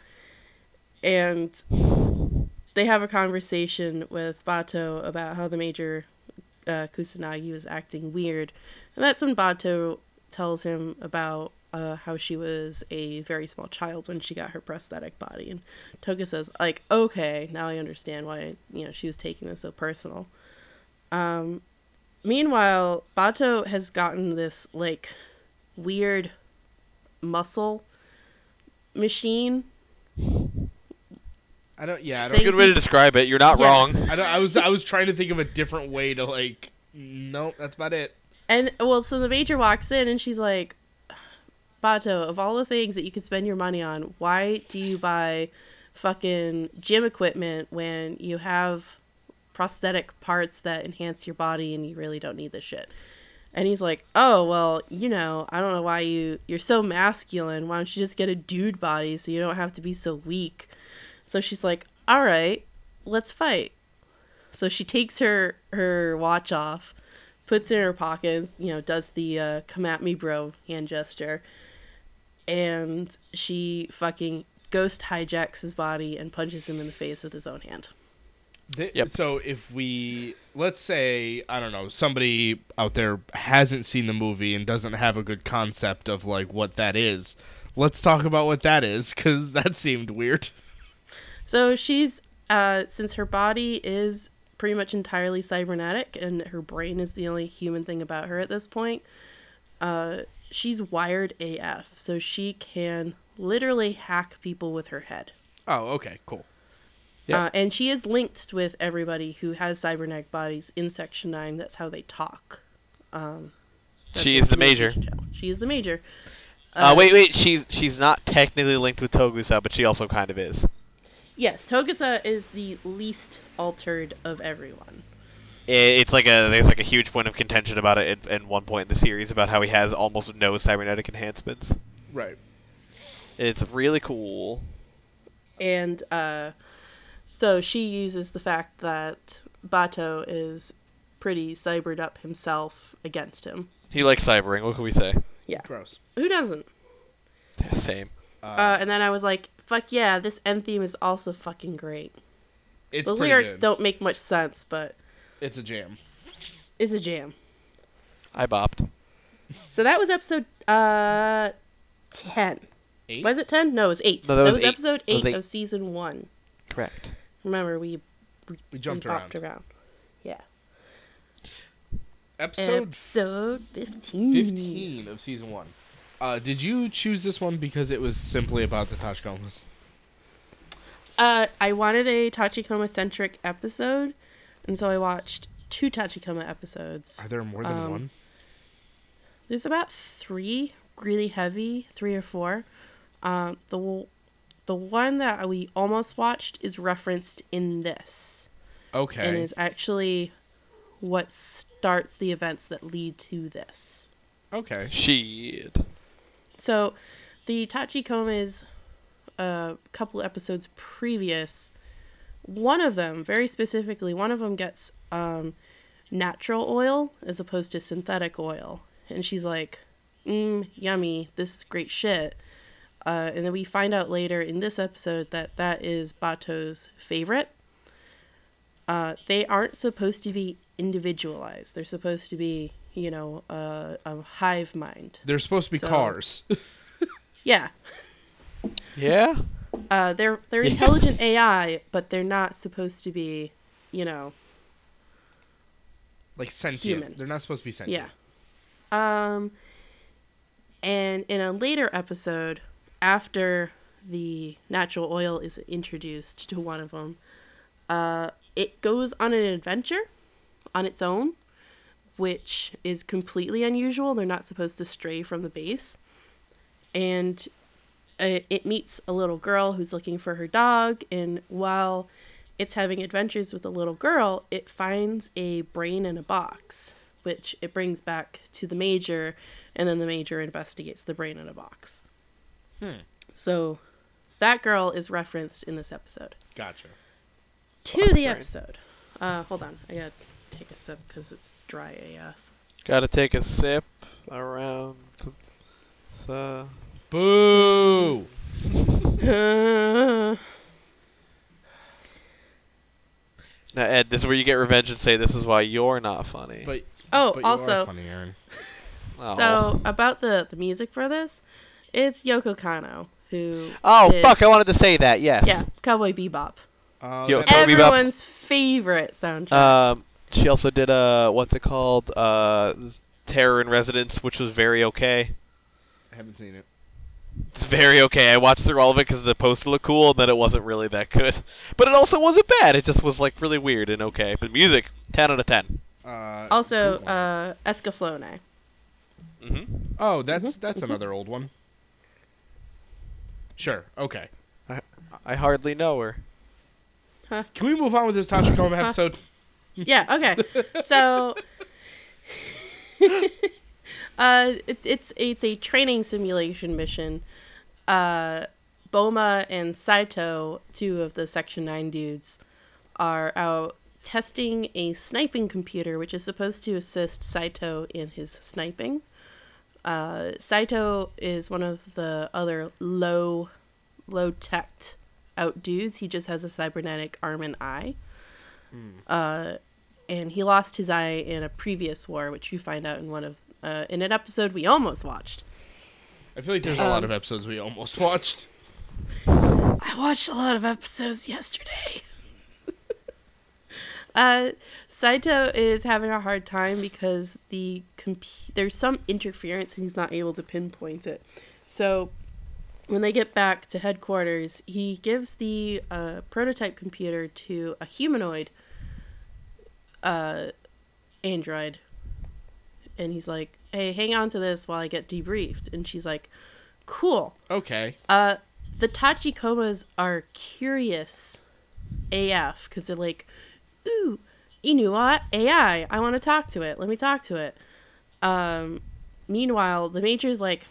S4: and they have a conversation with Bato about how the major uh, Kusanagi was acting weird, and that's when Bato tells him about uh, how she was a very small child when she got her prosthetic body, and Toga says like, "Okay, now I understand why you know she was taking this so personal." Um, meanwhile, Bato has gotten this like weird muscle machine
S3: I don't. Yeah, I
S4: Thank
S3: don't.
S2: Good way to
S4: you.
S2: describe it. You're not
S4: Yeah.
S2: wrong.
S3: I, don't, I was. I was trying to think of a different way to like. Nope, that's about it.
S4: And well, so the major walks in and she's like, Bato, of all the things that you could spend your money on, why do you buy fucking gym equipment when you have prosthetic parts that enhance your body and you really don't need this shit? And he's like, "Oh well, you know, I don't know why you you're so masculine. Why don't you just get a dude body so you don't have to be so weak?" So she's like, "All right, let's fight." So she takes her her watch off, puts it in her pockets, you know, does the uh, "come at me, bro" hand gesture, and she fucking ghost hijacks his body and punches him in the face with his own hand.
S3: Th-
S2: Yep.
S3: So if we let's say I don't know somebody out there hasn't seen the movie and doesn't have a good concept of like what that is, let's talk about what that is because that seemed weird.
S4: So she's uh, since her body is pretty much entirely cybernetic and her brain is the only human thing about her at this point. Uh, she's wired AF, so she can literally hack people with her head.
S3: Oh, okay, cool.
S2: Yeah.
S4: Uh, and she is linked with everybody who has cybernetic bodies in Section 9. That's how they talk. Um, that's
S2: She
S4: a
S2: is the major.
S4: communication channel. She is the major.
S2: Uh, wait, wait. She's she's not technically linked with Togusa, but she also kind of is.
S4: Yes, Togusa is the least altered of everyone.
S2: I- It's like a there's like a huge point of contention about it at, at one point in the series about how he has almost no cybernetic enhancements.
S3: Right.
S2: It's really cool.
S4: and uh, so she uses the fact that Bato is pretty cybered up himself against him.
S2: He likes cybering. What can we say?
S4: Yeah,
S3: Gross.
S4: who doesn't?
S2: Same.
S4: Uh, and then I was like, "Fuck yeah, this end theme is also fucking great."
S3: It's
S4: the
S3: pretty
S4: lyrics
S3: good.
S4: don't make much sense, but
S3: It's a jam.
S4: it's a jam.
S2: I bopped.
S4: So that was episode uh, ten.
S3: Eight?
S4: Was it ten? No, it was eight.
S2: No, that
S4: that,
S2: was
S4: was
S2: eight.
S4: episode
S2: That
S4: eight,
S2: was eight.
S4: of season one.
S2: Correct.
S4: Remember, we
S3: We jumped
S4: we bopped
S3: around.
S4: around. Yeah.
S3: Episode
S4: episode 15.
S3: 15 of season one. Uh, did you choose this one because it was simply about the Tachikomas?
S4: Uh, I wanted a Tachikoma centric episode, and so I watched two Tachikoma episodes.
S3: Are there more than
S4: Um,
S3: one?
S4: There's about three really heavy, three or four. Um, the w- the one that we almost watched is referenced in this, and
S3: Okay.
S4: is actually what starts the events that lead to this.
S3: okay.
S2: Shit.
S4: So, the Tachikomas, a couple episodes previous, one of them, very specifically, one of them gets um, natural oil as opposed to synthetic oil. And she's like, mm, yummy, this is great shit. Uh, and then we find out later in this episode that that is Bato's favorite. Uh, they aren't supposed to be individualized. They're supposed to be, you know, uh, a hive mind.
S3: They're supposed to be
S4: So-
S3: cars.
S4: Yeah,
S2: Yeah.
S4: Uh, they're they're
S2: Yeah.
S4: intelligent AI, but they're not supposed to be, you know,
S3: like sentient.
S4: Human.
S3: They're not supposed to be sentient.
S4: yeah. Um, and in a later episode, after the natural oil is introduced to one of them, uh, it goes on an adventure on its own, which is completely unusual. They're not supposed to stray from the base, and uh, it meets a little girl who's looking for her dog, and while it's having adventures with a little girl, it finds a brain in a box, which it brings back to the major, and then the major investigates the brain in a box. So that girl is referenced in this episode.
S3: Gotcha.
S4: To
S2: e-
S4: the episode. Uh, hold on. I gotta take a sip because it's dry AF.
S2: Gotta take a sip around. the- uh, So.
S3: Boo!
S4: Oh, Uh,
S2: Now, Ed, this is where you get revenge and say this is why you're not funny.
S3: But
S4: Oh,
S3: but you are
S4: also,
S3: funny, Aaron.
S2: oh.
S4: so about the the music for this, it's Yoko Kano who.
S2: Oh
S4: did-
S2: fuck! I wanted to say that. Yes.
S4: Yeah, Cowboy Bebop.
S3: Uh,
S2: Yo,
S3: that-
S2: Cowboy Bebop.
S4: Everyone's favorite soundtrack.
S2: Um, she also did uh, what's it called? Uh, Z- Terror in Residence, which was very okay.
S3: I haven't seen it.
S2: It's very okay. I watched through all of it because the poster looked cool, and then it wasn't really that good. But it also wasn't bad. It just was like really weird and okay. But music, ten out of 10
S3: Uh,
S4: also,
S3: Google it.
S4: uh, Escaflowne.
S2: Mm-hmm.
S3: oh, that's that's
S4: mm-hmm.
S3: another old one. Sure. Okay.
S2: I hardly know her.
S3: Can we move on with this Tachikoma episode?
S4: Yeah. Okay. So, uh, it, it's it's a training simulation mission. Uh, Boma and Saito, two of the Section Nine dudes, are out testing a sniping computer, which is supposed to assist Saito in his sniping. Uh, Saito is one of the other low, low tech out dudes. He just has a cybernetic arm and eye and he lost his eye in a previous war, which you find out in one of uh, in an episode we almost watched.
S3: I feel like there's a
S4: Um,
S3: lot of episodes we almost watched.
S4: I watched a lot of episodes yesterday. uh, Saito is having a hard time because the comp- there's some interference and he's not able to pinpoint it. So when they get back to headquarters, he gives the uh, prototype computer to a humanoid uh, android, and he's like, "Hey, hang on to this while I get debriefed." And she's like, "Cool."
S3: Okay.
S4: Uh, the Tachikomas are curious AF because they're like, ooh, Inuit AI. I want to talk to it. Let me talk to it. Um, meanwhile, the Major's like,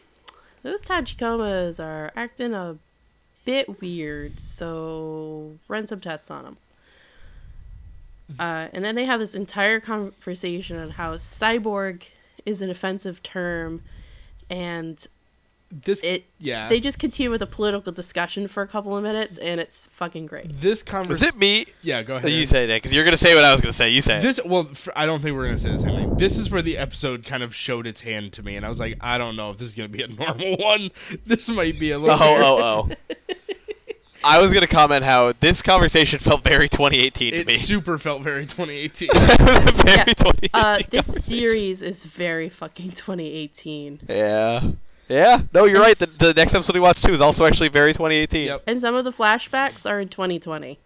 S4: those Tachikomas are acting a bit weird, so run some tests on them. Uh, and then they have this entire conversation on how cyborg is an offensive term and
S3: This
S4: it
S3: yeah.
S4: they just continue with a political discussion for a couple of minutes, and it's fucking great.
S3: this conversation.
S2: Was it me?
S3: Yeah, go ahead.
S2: Oh, you say that because you're gonna say what I was gonna say. You say. it.
S3: This well, f I don't think we're gonna say the same thing. This is where the episode kind of showed its hand to me, and I was like, I don't know if this is gonna be a normal one. This might be a little.
S2: Oh, oh, oh. I was gonna comment how this conversation felt very 2018 to
S3: It
S2: me.
S3: super felt very 2018.
S2: very
S4: Yeah.
S2: 2018
S4: Uh, this
S2: conversation.
S4: series is very fucking 2018,
S2: Yeah. Yeah. No, you're right. The, the next episode we watched too is also actually very 2018.
S3: Yep.
S4: and some of the flashbacks are in 2020.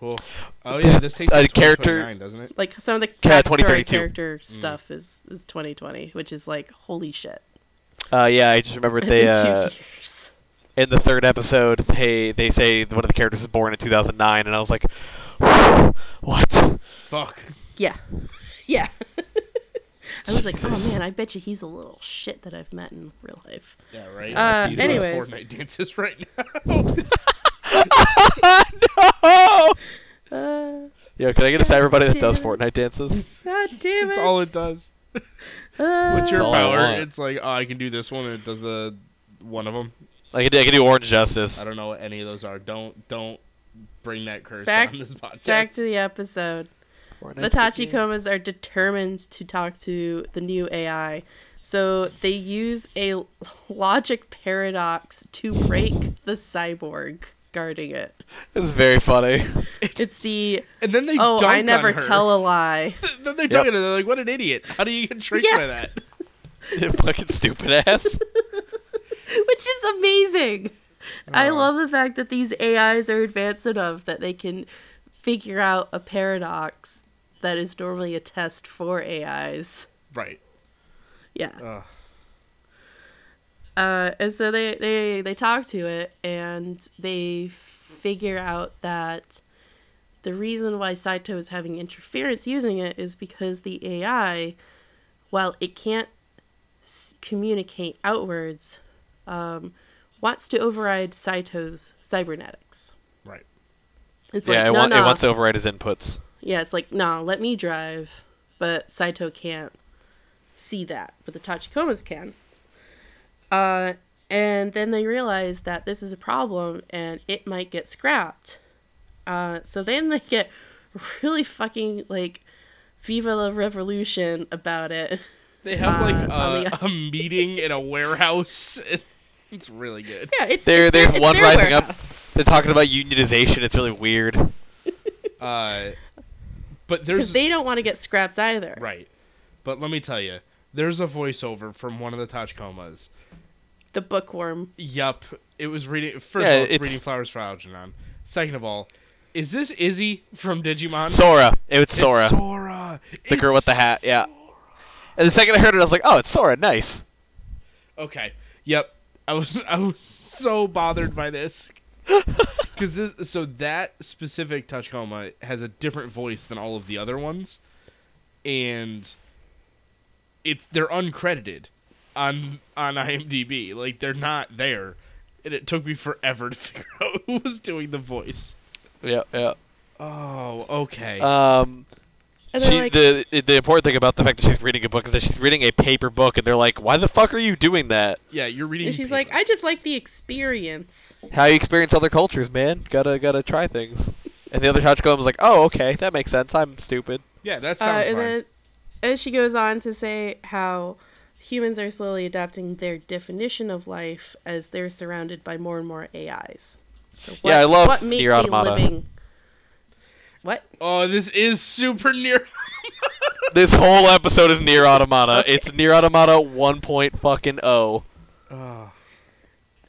S3: cool. Oh yeah, this takes
S2: A
S3: place
S2: character-
S3: 2029, doesn't it?
S4: Like some of the
S2: Yeah,
S4: backstory
S2: 2032.
S3: Mm.
S4: character stuff is is 2020, which is like holy shit.
S2: Uh, yeah, I just remembered
S4: That's
S2: they
S4: in E. two
S2: uh,
S4: years.
S2: in the third episode they they say one of the characters was born in 2009, and I was like, what?
S3: Fuck.
S4: Yeah, yeah. I was like, oh man, I bet you he's a little shit that I've met in real life.
S3: Yeah, right.
S4: Uh,
S3: Like, these are
S4: anyways.
S3: Fortnite dances right now.
S2: Oh.
S4: Uh,
S2: Yo, can I get a cyber buddy that does Fortnite dances?
S4: God damn it!
S3: That's all it does.
S4: Uh,
S3: What's
S2: That's
S3: your
S2: all I
S3: power?
S2: want.
S3: It's like, oh, I can do this one, and it does the one of them.
S2: I can do, I can do Orange Justice.
S3: I don't know what any of those are. Don't don't bring that curse
S4: Back-
S3: on this podcast.
S4: back to the episode? The Tachikomas are determined to talk to the new AI. So they use a logic paradox to break the cyborg guarding it.
S2: It's very funny.
S4: It's the
S3: and then they
S4: oh,
S3: dunk
S4: I never
S3: on her.
S4: tell a lie.
S3: then they're
S2: Yep.
S3: talking to her, they're like, what an idiot. How do you get tricked
S4: Yeah.
S3: by that?
S2: fucking stupid ass.
S4: Which is amazing. I love the fact that these AIs are advanced enough that they can figure out a paradox that is normally a test for AIs.
S3: Right.
S4: Yeah.
S3: Ugh.
S4: Uh, and so they, they they talk to it and they figure out that the reason why Saito is having interference using it is because the AI, while it can't s- communicate outwards, um, wants to override Saito's cybernetics.
S3: Right.
S4: It's
S2: yeah,
S4: like,
S2: it,
S4: no,
S2: wa-
S4: no.
S2: it wants to override his inputs.
S4: Yeah, it's like, nah, let me drive. But Saito can't see that. But the Tachikomas can. Uh, and then they realize that this is a problem and it might get scrapped. Uh, so then they get really fucking like Viva la Revolution about it.
S3: They have like
S4: Uh, on
S3: a, a meeting in a warehouse. It's really good.
S4: Yeah, it's
S2: There-
S4: it's
S2: there's
S4: it's
S2: one
S4: their
S2: rising up.
S4: warehouse.
S2: They're talking about unionization. It's really weird.
S3: Uh, but
S4: 'Cause
S3: there's
S4: they don't want to get scrapped either.
S3: right. But let me tell you, there's a voiceover from one of the Tachkomas.
S4: The bookworm.
S3: Yup, it was reading. First
S2: Yeah,
S3: of all, it's
S2: it's-
S3: reading flowers for Algernon. Second of all, is this Izzy from Digimon?
S2: Sora. It's
S3: It's
S2: Sora.
S3: Sora.
S2: the girl with the hat. Yeah. And the second I heard it, I was like, "Oh, it's Sora. Nice."
S3: Okay. Yep. I was I was so bothered by this because this so that specific Tachkoma has a different voice than all of the other ones, and it they're uncredited on on IMDb. Like they're not there, and it took me forever to figure out who was doing the voice.
S2: Yeah, yeah.
S3: Oh, okay.
S4: Uh,
S2: Um,
S4: And they're
S2: she,
S4: like,
S2: the the important thing about the fact that she's reading a book is that she's reading a paper book, and they're like, "Why the fuck are you doing that?
S3: yeah, you're reading.
S4: and she's
S3: paper.
S4: like, I just like the experience.
S2: How you experience other cultures, man? Gotta gotta try things." And the other Tachkoma was like, "Oh, okay, that makes sense. I'm stupid."
S3: yeah, that
S4: Uh,
S3: sounds
S4: and
S3: fine.
S4: then and she goes on to say how humans are slowly adopting their definition of life as they're surrounded by more and more AIs. So what,
S2: Yeah, I love
S4: what makes
S2: Nier Automata.
S4: a living. What?
S3: oh, this is super near.
S2: this whole episode is near Automata. It's near Automata one point fucking oh.
S3: oh,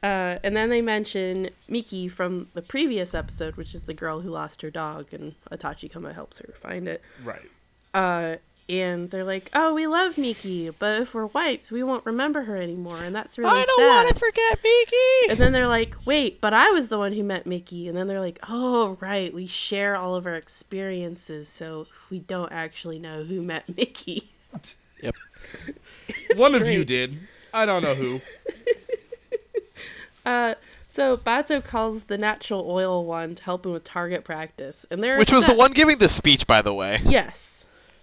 S4: Uh, and then they mention Miki from the previous episode, which is the girl who lost her dog, and Itachi Kama helps her find it.
S3: right.
S4: Uh, and they're like, "Oh, we love Miki, but if we're wiped, we won't remember her anymore, and that's really
S2: I don't
S4: sad."
S2: want to forget Miki.
S4: and then they're like, wait, but I was the one who met Mickey. And then they're like, oh, right, we share all of our experiences, so we don't actually know who met Mickey.
S2: Yep.
S3: One of you
S4: great.
S3: did. I don't know who.
S4: Uh, so Bato calls the natural oil one to help him with target practice. And they're
S2: Which was the
S4: upset.
S2: one giving the speech, by the way.
S4: Yes.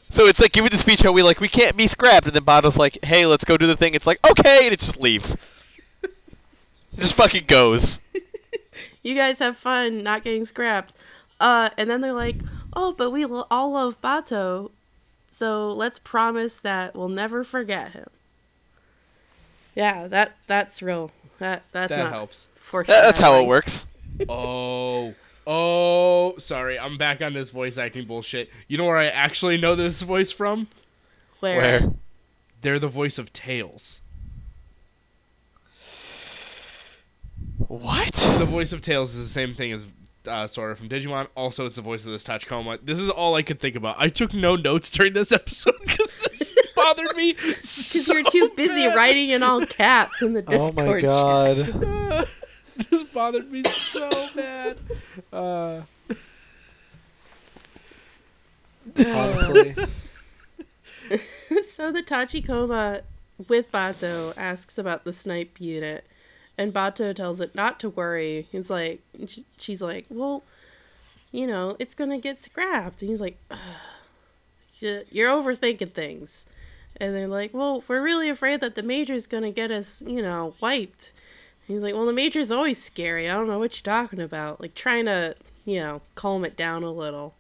S2: So it's like giving the speech how we like we can't be scrapped, and then Bato's like, "Hey, let's go do the thing." It's like, "Okay," and it just leaves. It just fucking goes.
S4: You guys have fun not getting scrapped. Uh, and then they're like, oh, but we lo- all love Bato, so let's promise that we'll never forget him. Yeah, that that's real. That that's
S3: That
S4: not
S3: helps.
S2: That- that's how it
S4: foreshadowing.
S2: works.
S3: Oh. Oh, sorry. I'm back on this voice acting bullshit. You know where I actually know this voice from?
S4: Where?
S2: Where?
S3: They're the voice of Tails.
S2: What?
S3: The voice of Tails is the same thing as uh, Sora from Digimon. Also, it's the voice of this Tachkoma. This is all I could think about. I took no notes during this episode because this bothered me. Because
S4: Because you're too busy writing in all caps in the
S2: Oh
S4: Discord.
S2: my
S4: chat.
S2: god.
S3: this bothered me so bad. Uh,
S2: Honestly.
S4: so the Tachikoma with Bato asks about the snipe unit, and Bato tells it not to worry. He's like, sh- she's like, well, you know, it's gonna get scrapped, and he's like, "Ugh, you- you're overthinking things. And they're like, well, we're really afraid that the major's gonna get us, you know, wiped. And he's like, well, the major's always scary. I don't know what you're talking about. Like trying to, you know, calm it down a little.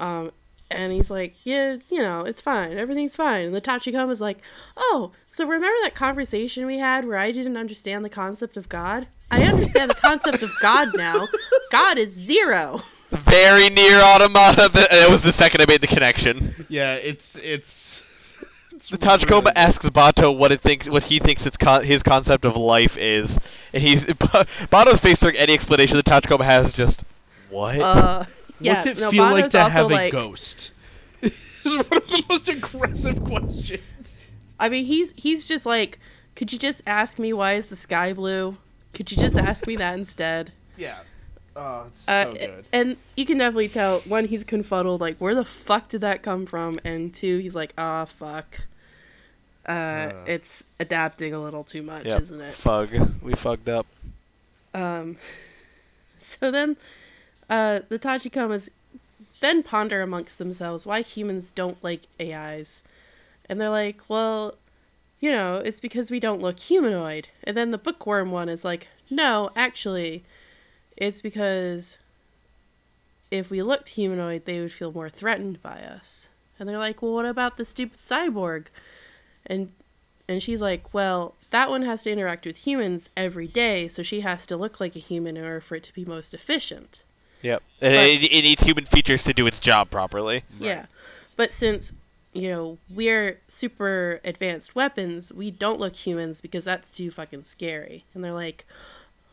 S4: Um, and he's like, yeah, you know, it's fine. Everything's fine. And the Tachikoma is like, oh, so remember that conversation we had where I didn't understand the concept of God? I understand the concept of God now. God is zero.
S2: Very near Automata. Th- That was the second I made the connection.
S3: yeah, it's it's. it's
S2: The Tachkoma
S3: really-
S2: asks Bato what it thinks, what he thinks its con- his concept of life is, and he's Bato's face during any explanation the Tachkoma has is just what?
S4: Uh, yeah,
S3: What's it
S4: no,
S3: feel like
S4: Bato's
S3: to
S4: also
S3: have a
S4: like-
S3: ghost? is one of the most aggressive questions.
S4: I mean, he's he's just like, could you just ask me why is the sky blue? Could you just ask me that instead?
S3: Yeah. Oh, it's
S4: Uh,
S3: so good.
S4: And you can definitely tell one, he's confuddled, like where the fuck did that come from? And two, he's like, ah, fuck. Uh, it's adapting a little too much,
S2: Yep.
S4: isn't it?
S2: Fug. We fugged up.
S4: Um, so then, uh, the Tachikomas then ponder amongst themselves why humans don't like AIs, and they're like, well, you know, it's because we don't look humanoid. And then the bookworm one is like, no, actually, it's because if we looked humanoid, they would feel more threatened by us. And they're like, well, what about the stupid cyborg? And and she's like, well, that one has to interact with humans every day, so she has to look like a human in order for it to be most efficient.
S2: Yep. And it,
S4: Let's-
S2: it needs human features to do its job properly.
S4: Yeah. But since, you know, we're super advanced weapons, we don't look humans because that's too fucking scary. And they're like,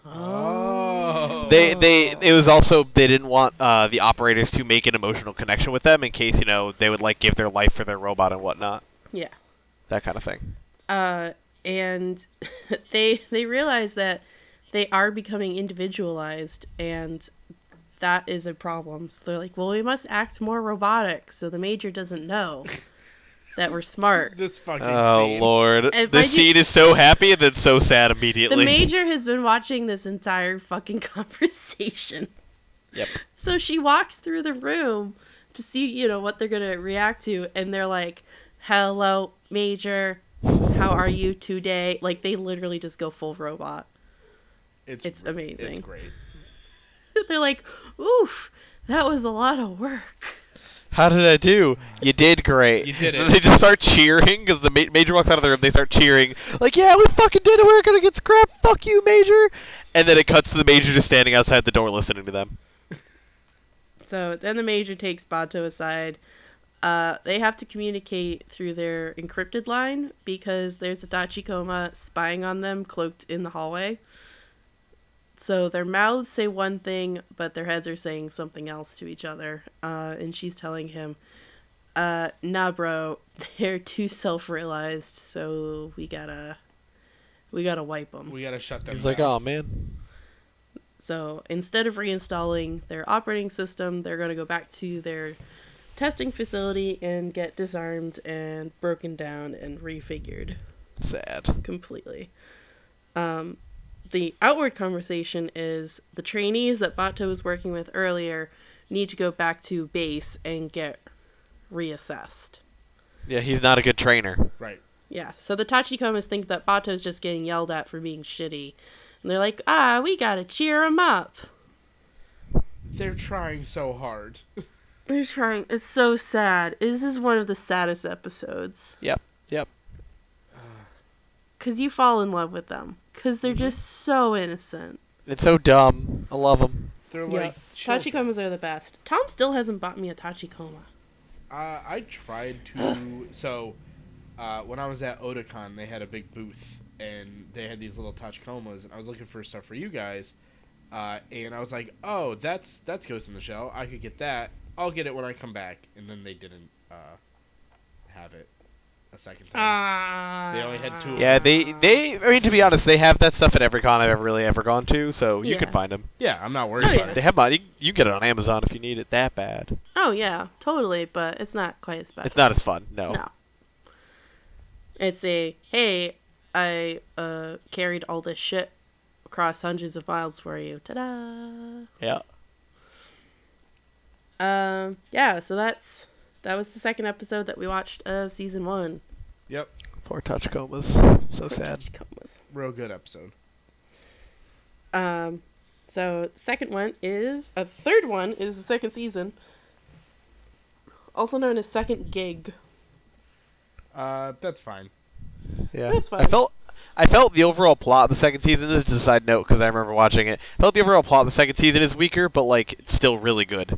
S3: Oh.
S2: They they it was also they didn't want uh, the operators to make an emotional connection with them in case you know they would like give their life for their robot and whatnot
S4: yeah.
S2: that kind of thing.
S4: Uh, and they they realize that they are becoming individualized and that is a problem. So they're like, well, we must act more robotic so the major doesn't know that we're smart.
S3: This fucking
S2: Oh
S3: scene.
S2: lord,
S4: And
S2: this
S4: mind you-
S2: scene is so happy and then so sad
S4: The
S2: immediately.
S4: major has been watching this entire fucking conversation.
S2: Yep.
S4: So she walks through the room to see, you know, what they're going to react to. And they're like, hello, Major. How are you today? Like, they literally just go full robot. It's
S3: gr-
S4: amazing.
S3: It's great.
S4: they're like, oof, that was a lot of work.
S2: How did I do? You did great.
S3: You did it.
S2: They just start cheering because the ma- major walks out of the room. They start cheering like, "Yeah, we fucking did it. We're gonna get scrapped. Fuck you, major." And then it cuts to the major just standing outside the door listening to them.
S4: So then the major takes Bato aside. Uh, they have to communicate through their encrypted line because there's a Dachikoma spying on them cloaked in the hallway. So their mouths say one thing, but their heads are saying something else to each other. Uh, and she's telling him, uh, nah, bro, they're too self realized, so we gotta. We gotta wipe them.
S3: We gotta shut them.
S2: He's like,
S3: down.
S2: "Oh man."
S4: So instead of reinstalling their operating system, they're going to go back to their testing facility and get disarmed and broken down and refigured
S2: Sad.
S4: completely. Um, the outward conversation is the trainees that Bato was working with earlier need to go back to base and get reassessed.
S2: Yeah, he's not a good trainer.
S3: right.
S4: Yeah, so the Tachikomas think that Bato's just getting yelled at for being shitty. And they're like, ah, we gotta cheer him up.
S3: They're trying so hard.
S4: They're trying. It's so sad. This is one of the saddest episodes.
S2: Yep. Yep.
S4: Because you fall in love with them. Because they're just so innocent.
S2: It's so dumb. I love him.
S3: They're
S4: Yeah.
S3: like, children.
S4: Tachikomas are the best. Tom still hasn't bought me a Tachikoma.
S3: Uh, I tried to. so, uh, when I was at Otakon, they had a big booth and they had these little Tachikomas, and I was looking for stuff for you guys. Uh, and I was like, oh, that's that's Ghost in the Shell. I could get that. I'll get it when I come back. And then they didn't uh, have it a second time.
S4: Ah.
S3: They only had two.
S2: Yeah, they they. I mean, to be honest, they have that stuff at every con I've ever really ever gone to, so you
S4: Yeah.
S2: can find them.
S3: yeah, I'm not worried
S4: Oh, yeah.
S3: about
S2: They
S3: it.
S2: have mod. You, you can get it on Amazon if you need it that bad.
S4: Oh, yeah, totally, but it's not quite as bad.
S2: It's not as fun. No.
S4: No. It's a, hey, I uh, carried all this shit across hundreds of miles for you. Ta da!
S2: Yeah.
S4: Um, yeah, so that's that was the second episode that we watched of season one.
S3: Yep,
S2: Poor Tachikomas. So sad.
S4: Tachikomas.
S3: real good episode.
S4: Um, so the second one is a third one is the second season, also known as second gig.
S3: Uh, that's fine.
S2: Yeah.
S4: That's
S2: I
S4: fine.
S2: felt. I felt the overall plot of the second season. This is just a side note because I remember watching it. I felt the overall plot of the second season is weaker, but like it's still really good.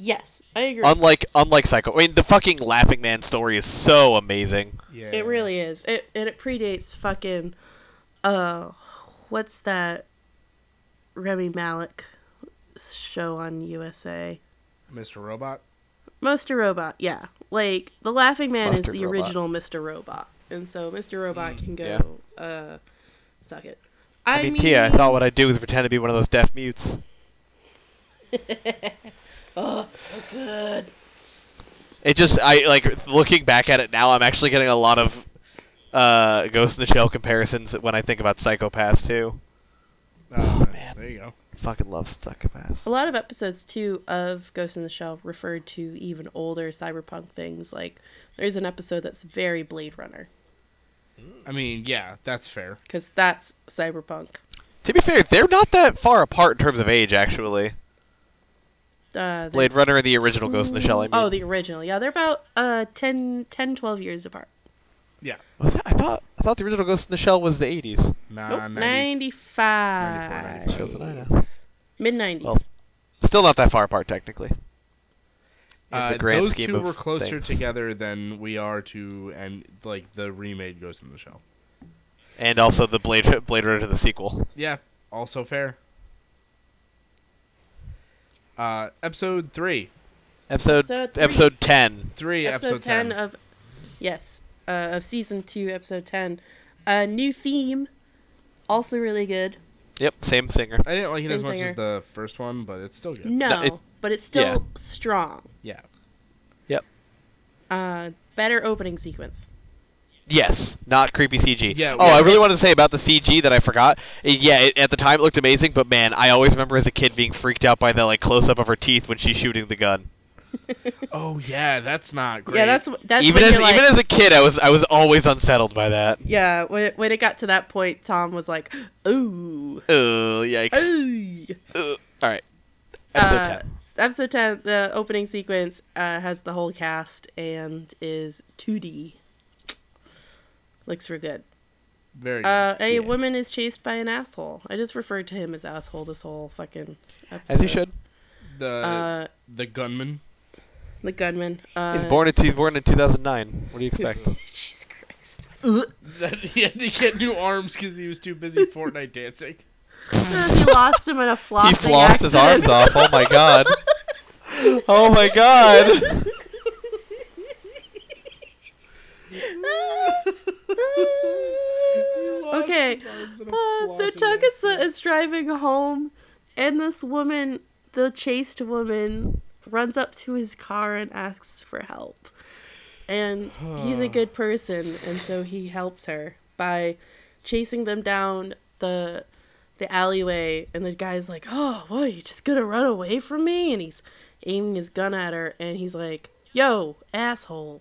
S4: Yes, I agree.
S2: Unlike unlike Psycho. I mean, the fucking Laughing Man story is so amazing.
S3: Yeah,
S4: it really is. It and it predates fucking, uh, what's that? Remy Malik show on USA.
S3: Mr. Robot.
S4: Mr. Robot, yeah. Like the Laughing Man
S2: Mustard
S4: is the
S2: Robot. Mm,
S4: original Mr. Robot, and so Mr. Robot can
S2: yeah.
S4: go uh, suck it.
S2: I mean, Tia, I thought what I'd do was pretend to be one of those deaf mutes.
S4: good.
S2: It just I like looking back at it now. I'm actually getting a lot of uh, Ghost in the Shell comparisons when I think about Psychopaths too.
S4: Oh,
S3: Uh,
S2: man.
S3: There you go.
S2: Fucking love Psychopaths.
S4: A lot of episodes too of Ghost in the Shell referred to even older cyberpunk things. Like there's an episode that's very Blade Runner
S3: I mean, yeah, that's fair.
S4: because that's cyberpunk.
S2: To be fair, they're not that far apart in terms of age, actually.
S4: Uh,
S2: Blade Runner and the original Ghost in the Shell. I mean,
S4: Oh, the original. Yeah, they're about uh 10, 10 12 years apart.
S3: Yeah.
S2: was it- I thought I thought the original Ghost in the Shell was the 80s.
S3: Nah,
S4: Nope,
S3: 90 94,
S4: 95.
S3: 95.
S2: Show's an eye now.
S4: Mid 90s.
S2: Well, Still not that far apart technically. In
S3: Uh,
S2: the grand
S3: those
S2: scheme
S3: two
S2: of
S3: were closer
S2: things.
S3: together than we are to and like the remade Ghost in the Shell.
S2: And also the Blade Blade Runner the sequel.
S3: Yeah, also fair. Uh, episode three,
S2: Episode
S4: Episode three.
S2: episode 10.
S3: three,
S4: episode, 10, of yes, uh, of season 2 episode 10. A new theme also really good.
S2: Yep, same singer.
S3: I didn't like it
S4: Same
S3: as much
S4: singer.
S3: as the first one, but it's still good.
S4: No,
S2: it-
S4: but it's still
S2: yeah.
S4: strong.
S3: Yeah,
S2: Yep.
S4: Uh better opening sequence.
S2: Yes, not creepy CG.
S3: Yeah,
S2: oh,
S3: yeah,
S2: I really
S3: it's-
S2: wanted to say about the CG that I forgot. Uh, Yeah, it, at the time it looked amazing, but man, I always remember as a kid being freaked out by the like close up of her teeth when she's shooting the gun.
S3: Oh yeah, that's not great.
S4: Yeah, that's that's
S2: even as
S4: when you're like,
S2: even as a kid, I was I was always unsettled by that.
S4: yeah, when it, when it got to that point, Tom was like, "Ooh,
S2: Oh, yikes!
S4: ooh."
S2: Ugh. All right, episode
S4: Uh,
S2: ten.
S4: Episode 10, the opening sequence uh, has the whole cast and is 2D. Looks real good.
S3: very. Good.
S4: Uh, a
S2: Yeah.
S4: woman is chased by an asshole. I just referred to him as asshole this whole fucking episode.
S2: As you should.
S3: the
S4: Uh,
S3: the gunman.
S4: the gunman. Uh,
S2: he's born in he's born in 2009. What do you expect?
S4: Jesus Christ.
S3: That he had to get new arms because he was too busy Fortnite dancing.
S4: he lost him in a flopping
S2: he flossed his arms
S4: accident.
S2: off. Oh my god. Oh my god.
S4: Okay. Uh, so Tuck is, is driving home, and this woman, the chased woman, runs up to his car and asks for help. And he's a good person, and so he helps her by chasing them down the the alleyway. And the guy's like, "Oh, what? You just gonna run away from me?" And he's aiming his gun at her, and he's like, "Yo, asshole!"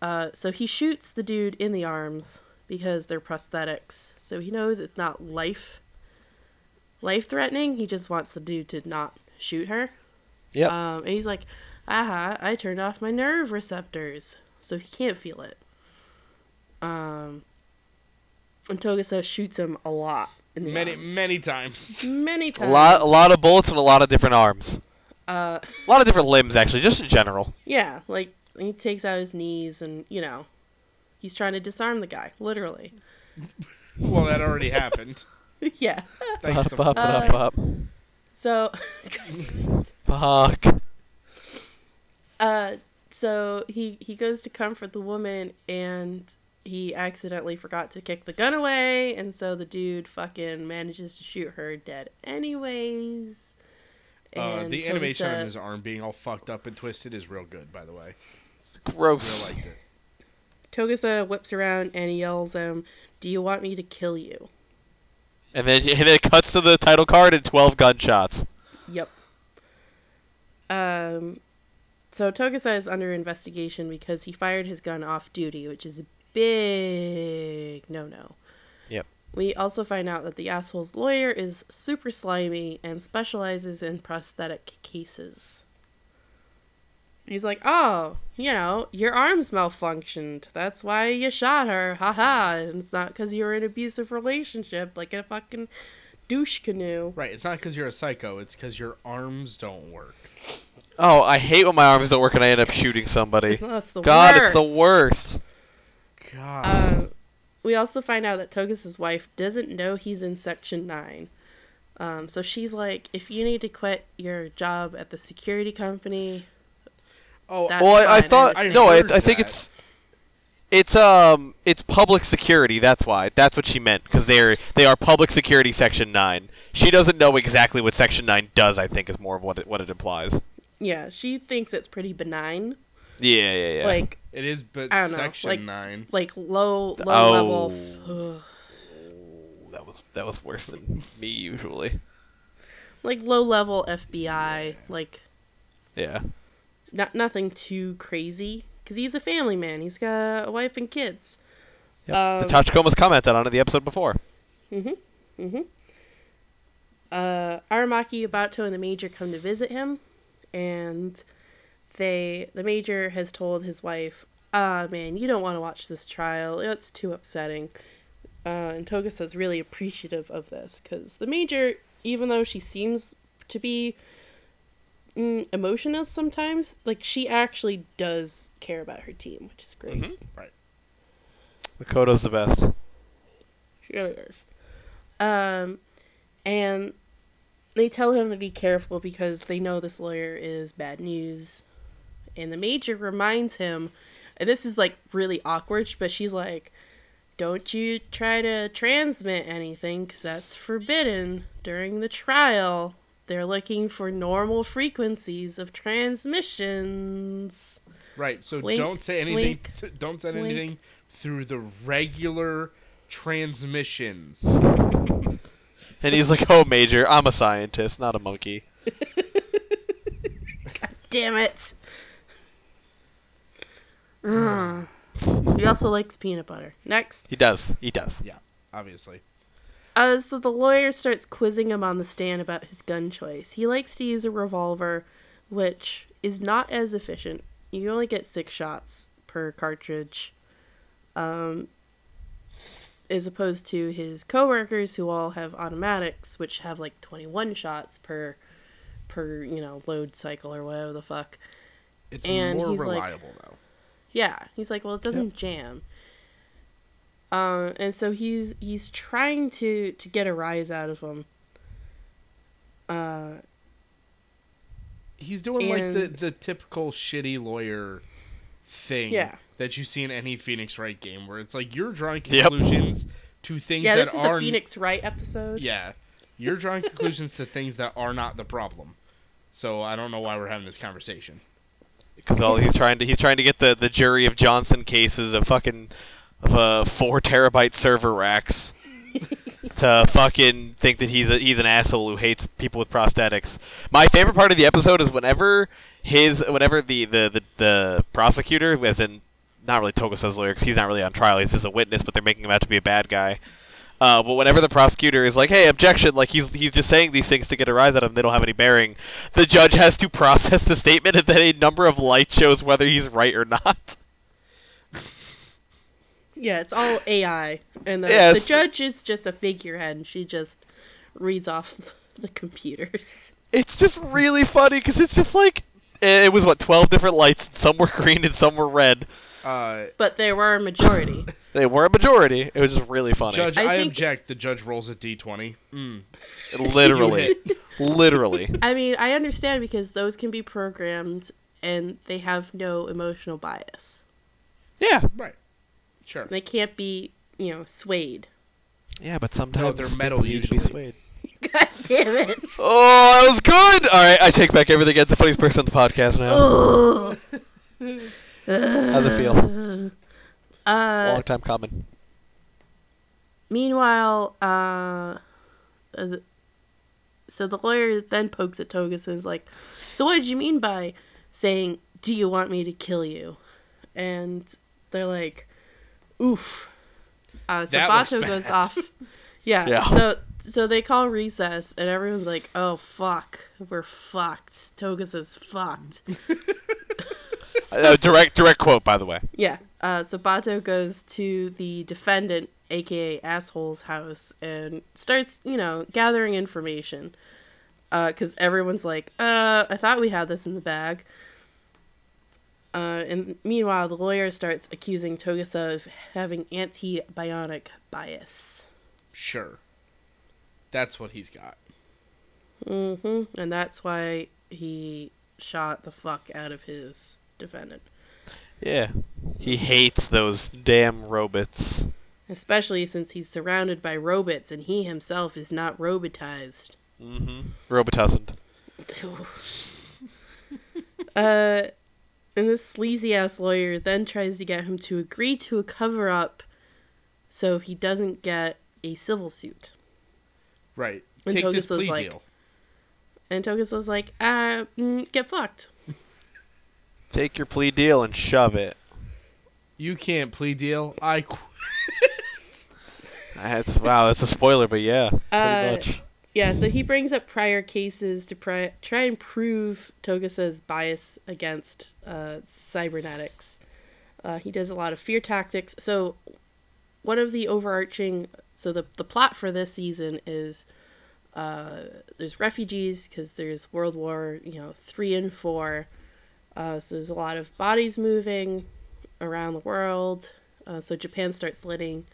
S4: Uh, so he shoots the dude in the arms because they're prosthetics. So he knows it's not life life threatening. He just wants the dude to not shoot her.
S2: Yep.
S4: Um, and he's like, "Aha! I turned off my nerve receptors, so he can't feel it." Um, and Togusa shoots him a lot. In the
S3: many
S4: arms.
S3: many times.
S4: many
S2: a
S4: times.
S2: lot a lot of bullets and a lot of different arms.
S4: Uh,
S2: A lot of different limbs actually, just in general.
S4: yeah, like he takes out his knees, and you know, he's trying to disarm the guy, literally.
S3: well, that already happened.
S4: yeah.
S3: Thanks to
S2: Bop,
S4: Uh,
S2: bop,
S4: So,
S2: bop. Fuck.
S4: uh, so he he goes to comfort the woman, and he accidentally forgot to kick the gun away, and so the dude fucking manages to shoot her dead, anyways.
S3: Uh,
S4: And
S3: the
S4: Toby
S3: animation on
S4: said-
S3: his arm being all fucked up and twisted is real good, by the way. I
S2: Gross.
S3: liked it.
S4: Togusa whips around and he yells, um, Do you want me to kill you?
S2: And then and then it cuts to the title card and 12 gunshots.
S4: Yep. Um, so Togusa is under investigation because he fired his gun off duty, which is a big no no.
S2: Yep.
S4: We also find out that the asshole's lawyer is super slimy and specializes in prosthetic cases. He's like, oh, you know, your arms malfunctioned. That's why you shot her. Haha. And it's not because you were in an abusive relationship like a fucking douche canoe.
S3: Right, it's not because you're a psycho, it's because your arms don't work.
S2: Oh, I hate when my arms don't work and I end up shooting somebody.
S4: That's the
S2: God,
S4: worst.
S2: it's the worst.
S3: God.
S4: Uh, we also find out that Togus' wife doesn't know he's in Section 9. Um, so she's like, if you need to quit your job at the security company,
S3: oh,
S4: that-
S2: Well, I, I
S4: fine, I
S2: thought
S3: understand.
S2: no,
S3: I
S2: I,
S3: heard
S2: I think
S3: that.
S2: it's it's um it's public security. That's why. That's what she meant because they're they are public security section nine. She doesn't know exactly what section nine does. I think is more of what it, what it implies.
S4: yeah, she thinks it's pretty benign.
S2: Yeah, yeah, yeah.
S4: Like,
S3: it is, but
S4: I don't know,
S3: section
S4: like-
S3: 9.
S4: like low, low
S2: Oh.
S4: level. F- ugh.
S2: that was that was worse than me usually.
S4: like low level FBI. Like,
S2: Yeah.
S4: not nothing too crazy. Because he's a family man. He's got a wife and kids. Um,
S2: the Tachikoma's commented on it the episode before.
S4: uh, Aramaki, Abato, and the Major come to visit him, and they the major has told his wife, "Ah, man, you don't want to watch this trial. It's too upsetting." Uh, and Togusa's really appreciative of this because the major, even though she seems to be mm, emotionless sometimes, like she actually does care about her team, which is great.
S3: Right.
S2: Makoto's the best.
S4: She really is. Um, and they tell him to be careful because they know this lawyer is bad news. And the major reminds him, and this is like really awkward, but she's like, don't you try to transmit anything because that's forbidden during the trial. They're looking for normal frequencies of transmissions.
S3: Right. So
S4: Wink,
S3: don't say anything.
S4: wink,
S3: th- don't say
S4: wink.
S3: anything through the regular transmissions.
S2: And he's like, "Oh, Major, I'm a scientist, not a monkey."
S4: Damn it. Ugh. he also likes peanut butter. Next.
S2: He does. He does.
S3: Yeah, obviously.
S4: Uh, so the lawyer starts quizzing him on the stand about his gun choice. He likes to use a revolver, which is not as efficient. You only get six shots per cartridge, um, as opposed to his coworkers who all have automatics, which have like twenty-one shots per per you know load cycle or whatever the fuck.
S3: It's
S4: And
S3: more
S4: he's like-
S3: reliable though.
S4: Yeah, he's like, well, it doesn't jam. Uh, and so he's he's trying to to get a rise out of him. Uh,
S3: He's doing like the,
S4: And-
S3: the typical shitty lawyer thing
S4: Yeah.
S3: that you see in any Phoenix Wright game, where it's like you're drawing
S2: Yep.
S3: conclusions to things
S4: yeah,
S3: that
S4: this is
S3: are
S4: the Phoenix Wright episode.
S3: yeah, you're drawing conclusions to things that are not the problem. So I don't know why we're having this conversation.
S2: Because all he's trying to he's trying to get the, the jury of Johnson cases of fucking of uh, four terabyte server racks to fucking think that he's a, he's an asshole who hates people with prosthetics. My favorite part of the episode is whenever his whenever the the the, the prosecutor, as in not really Togusa's lawyer, 'cause he's not really on trial. He's just a witness, but they're making him out to be a bad guy. Uh, but whenever the prosecutor is like, "Hey, objection!" like he's he's just saying these things to get a rise out of him. They don't have any bearing. The judge has to process the statement, and then a number of lights shows whether he's right or not.
S4: Yeah, it's all AI, and the,
S2: Yes.
S4: the judge is just a figurehead. And she just reads off the computers.
S2: It's just really funny because it's just like eh, it was what twelve different lights. And some were green and some were red.
S3: Uh,
S4: But there were a majority.
S2: They were a majority. It was just really funny.
S3: judge,
S4: I
S3: I,
S4: think-
S3: object. The judge rolls a d20. Mm.
S2: literally, literally.
S4: I mean, I understand because those can be programmed, and they have no emotional bias.
S2: Yeah,
S3: Right. Sure.
S4: They can't be you know swayed.
S2: yeah, but sometimes
S3: they're
S2: things
S3: metal
S2: need to be
S3: usually.
S2: swayed.
S4: God damn it.
S2: Oh, that was good. All right, I take back everything. It's the funniest person on the podcast now.
S4: Ugh.
S2: How's it feel? It's a
S4: Uh,
S2: long time coming.
S4: meanwhile, uh, uh, th- so the lawyer then pokes at Togus and is like, "So what did you mean by saying do you want me to kill you?" And they're like, "Oof." Uh, so
S3: That looks
S4: Bato
S3: bad.
S4: goes off. Yeah.
S2: Yeah.
S4: So so they call recess and everyone's like, "Oh fuck, we're fucked." Togus is fucked.
S2: Uh, direct, direct quote, by the way.
S4: Yeah. Uh, so Bato goes to the defendant, aka asshole's house, and starts, you know, gathering information. Because everyone's like, uh, I thought we had this in the bag. Uh, and meanwhile, the lawyer starts accusing Togusa of having anti bionic bias.
S3: Sure. That's what he's got.
S4: hmm And that's why he shot the fuck out of his defendant.
S2: Yeah. He hates those damn robots.
S4: Especially since he's surrounded by robots and he himself is not robotized.
S2: Mm-hmm. Robitussin.
S4: uh, and this sleazy ass lawyer then tries to get him to agree to a cover up so he doesn't get a civil suit.
S3: Right.
S4: And
S3: Take this
S4: Togusa's
S3: plea
S4: like-
S3: deal.
S4: And Togusa's like, uh, mm, get fucked.
S2: Take your plea deal and shove it.
S3: You can't plea deal. I qu-
S2: That's wow. That's a spoiler, but yeah, pretty
S4: Uh,
S2: much.
S4: Yeah, so he brings up prior cases to pri- try and prove Togusa's bias against uh, cybernetics. Uh, he does a lot of fear tactics. So, one of the overarching so the the plot for this season is uh, there's refugees because there's World War you know three and four. Uh, so there's a lot of bodies moving around the world. Uh, so Japan starts letting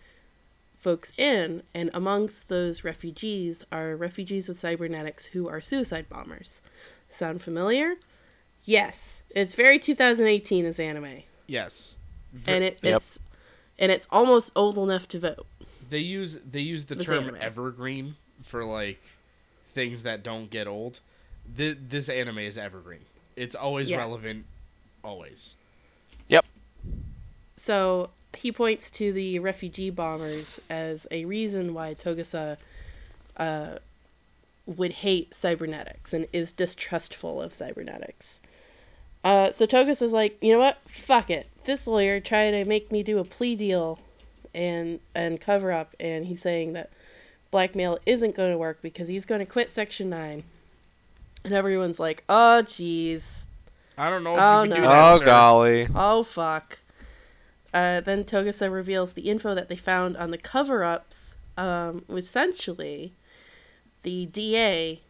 S4: folks in, and amongst those refugees are refugees with cybernetics who are suicide bombers. Sound familiar? Yes, it's very 2018 as anime,
S3: Yes.
S4: and it, it's and it's almost old enough to vote.
S3: They use they use the
S4: With
S3: term
S4: anime.
S3: evergreen for like things that don't get old. Th- this anime is evergreen. It's always
S4: Yeah.
S3: relevant, always.
S2: Yep.
S4: So he points to the refugee bombers as a reason why Togusa uh, would hate cybernetics and is distrustful of cybernetics. Uh, so Togus is like, you know what? Fuck it. This lawyer tried to make me do a plea deal and and cover up, and he's saying that blackmail isn't going to work because he's going to quit Section 9. And everyone's like, oh, jeez,
S3: I don't know if
S4: Oh,
S3: you can do
S4: no.
S3: that,
S2: Oh
S3: sir.
S2: golly.
S4: Oh fuck. Uh, then Togusa reveals the info that they found on the cover-ups. Um, essentially, the DA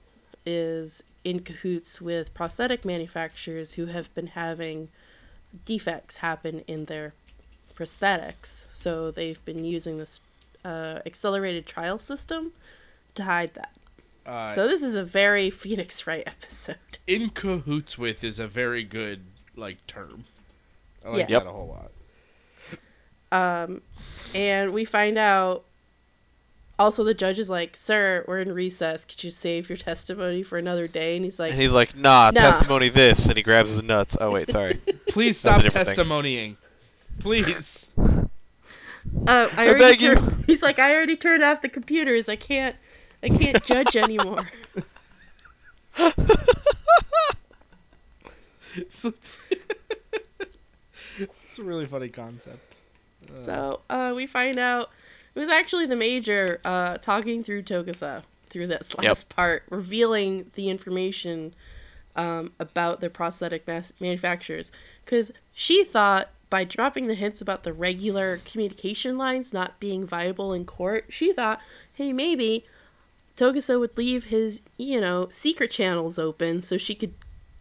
S4: is in cahoots with prosthetic manufacturers who have been having defects happen in their prosthetics. So they've been using this uh, accelerated trial system to hide that.
S3: Uh,
S4: so this is a very Phoenix Wright episode.
S3: in cahoots with is a very good like term. I like
S4: Yeah.
S3: that a whole lot.
S4: And we find out also the judge is like, Sir, we're in recess. Could you save your testimony for another day? And he's like,
S2: And he's like, nah,
S4: Nah.
S2: testimony this, and he grabs his nuts. Oh wait, sorry.
S3: Please
S2: That's
S3: stop
S2: a different thing.
S3: testimonying. Please.
S4: uh, I,
S2: I
S4: already
S2: beg
S4: tur-
S2: you.
S4: He's like, I already turned off the computers. I can't I can't judge anymore.
S3: it's a really funny concept.
S4: so uh, we find out it was actually the major uh, talking through Tokusa through this last part, revealing the information um, about the prosthetic mas- manufacturers. Because she thought by dropping the hints about the regular communication lines not being viable in court, she thought, hey, maybe Tokusa would leave his, you know, secret channels open so she could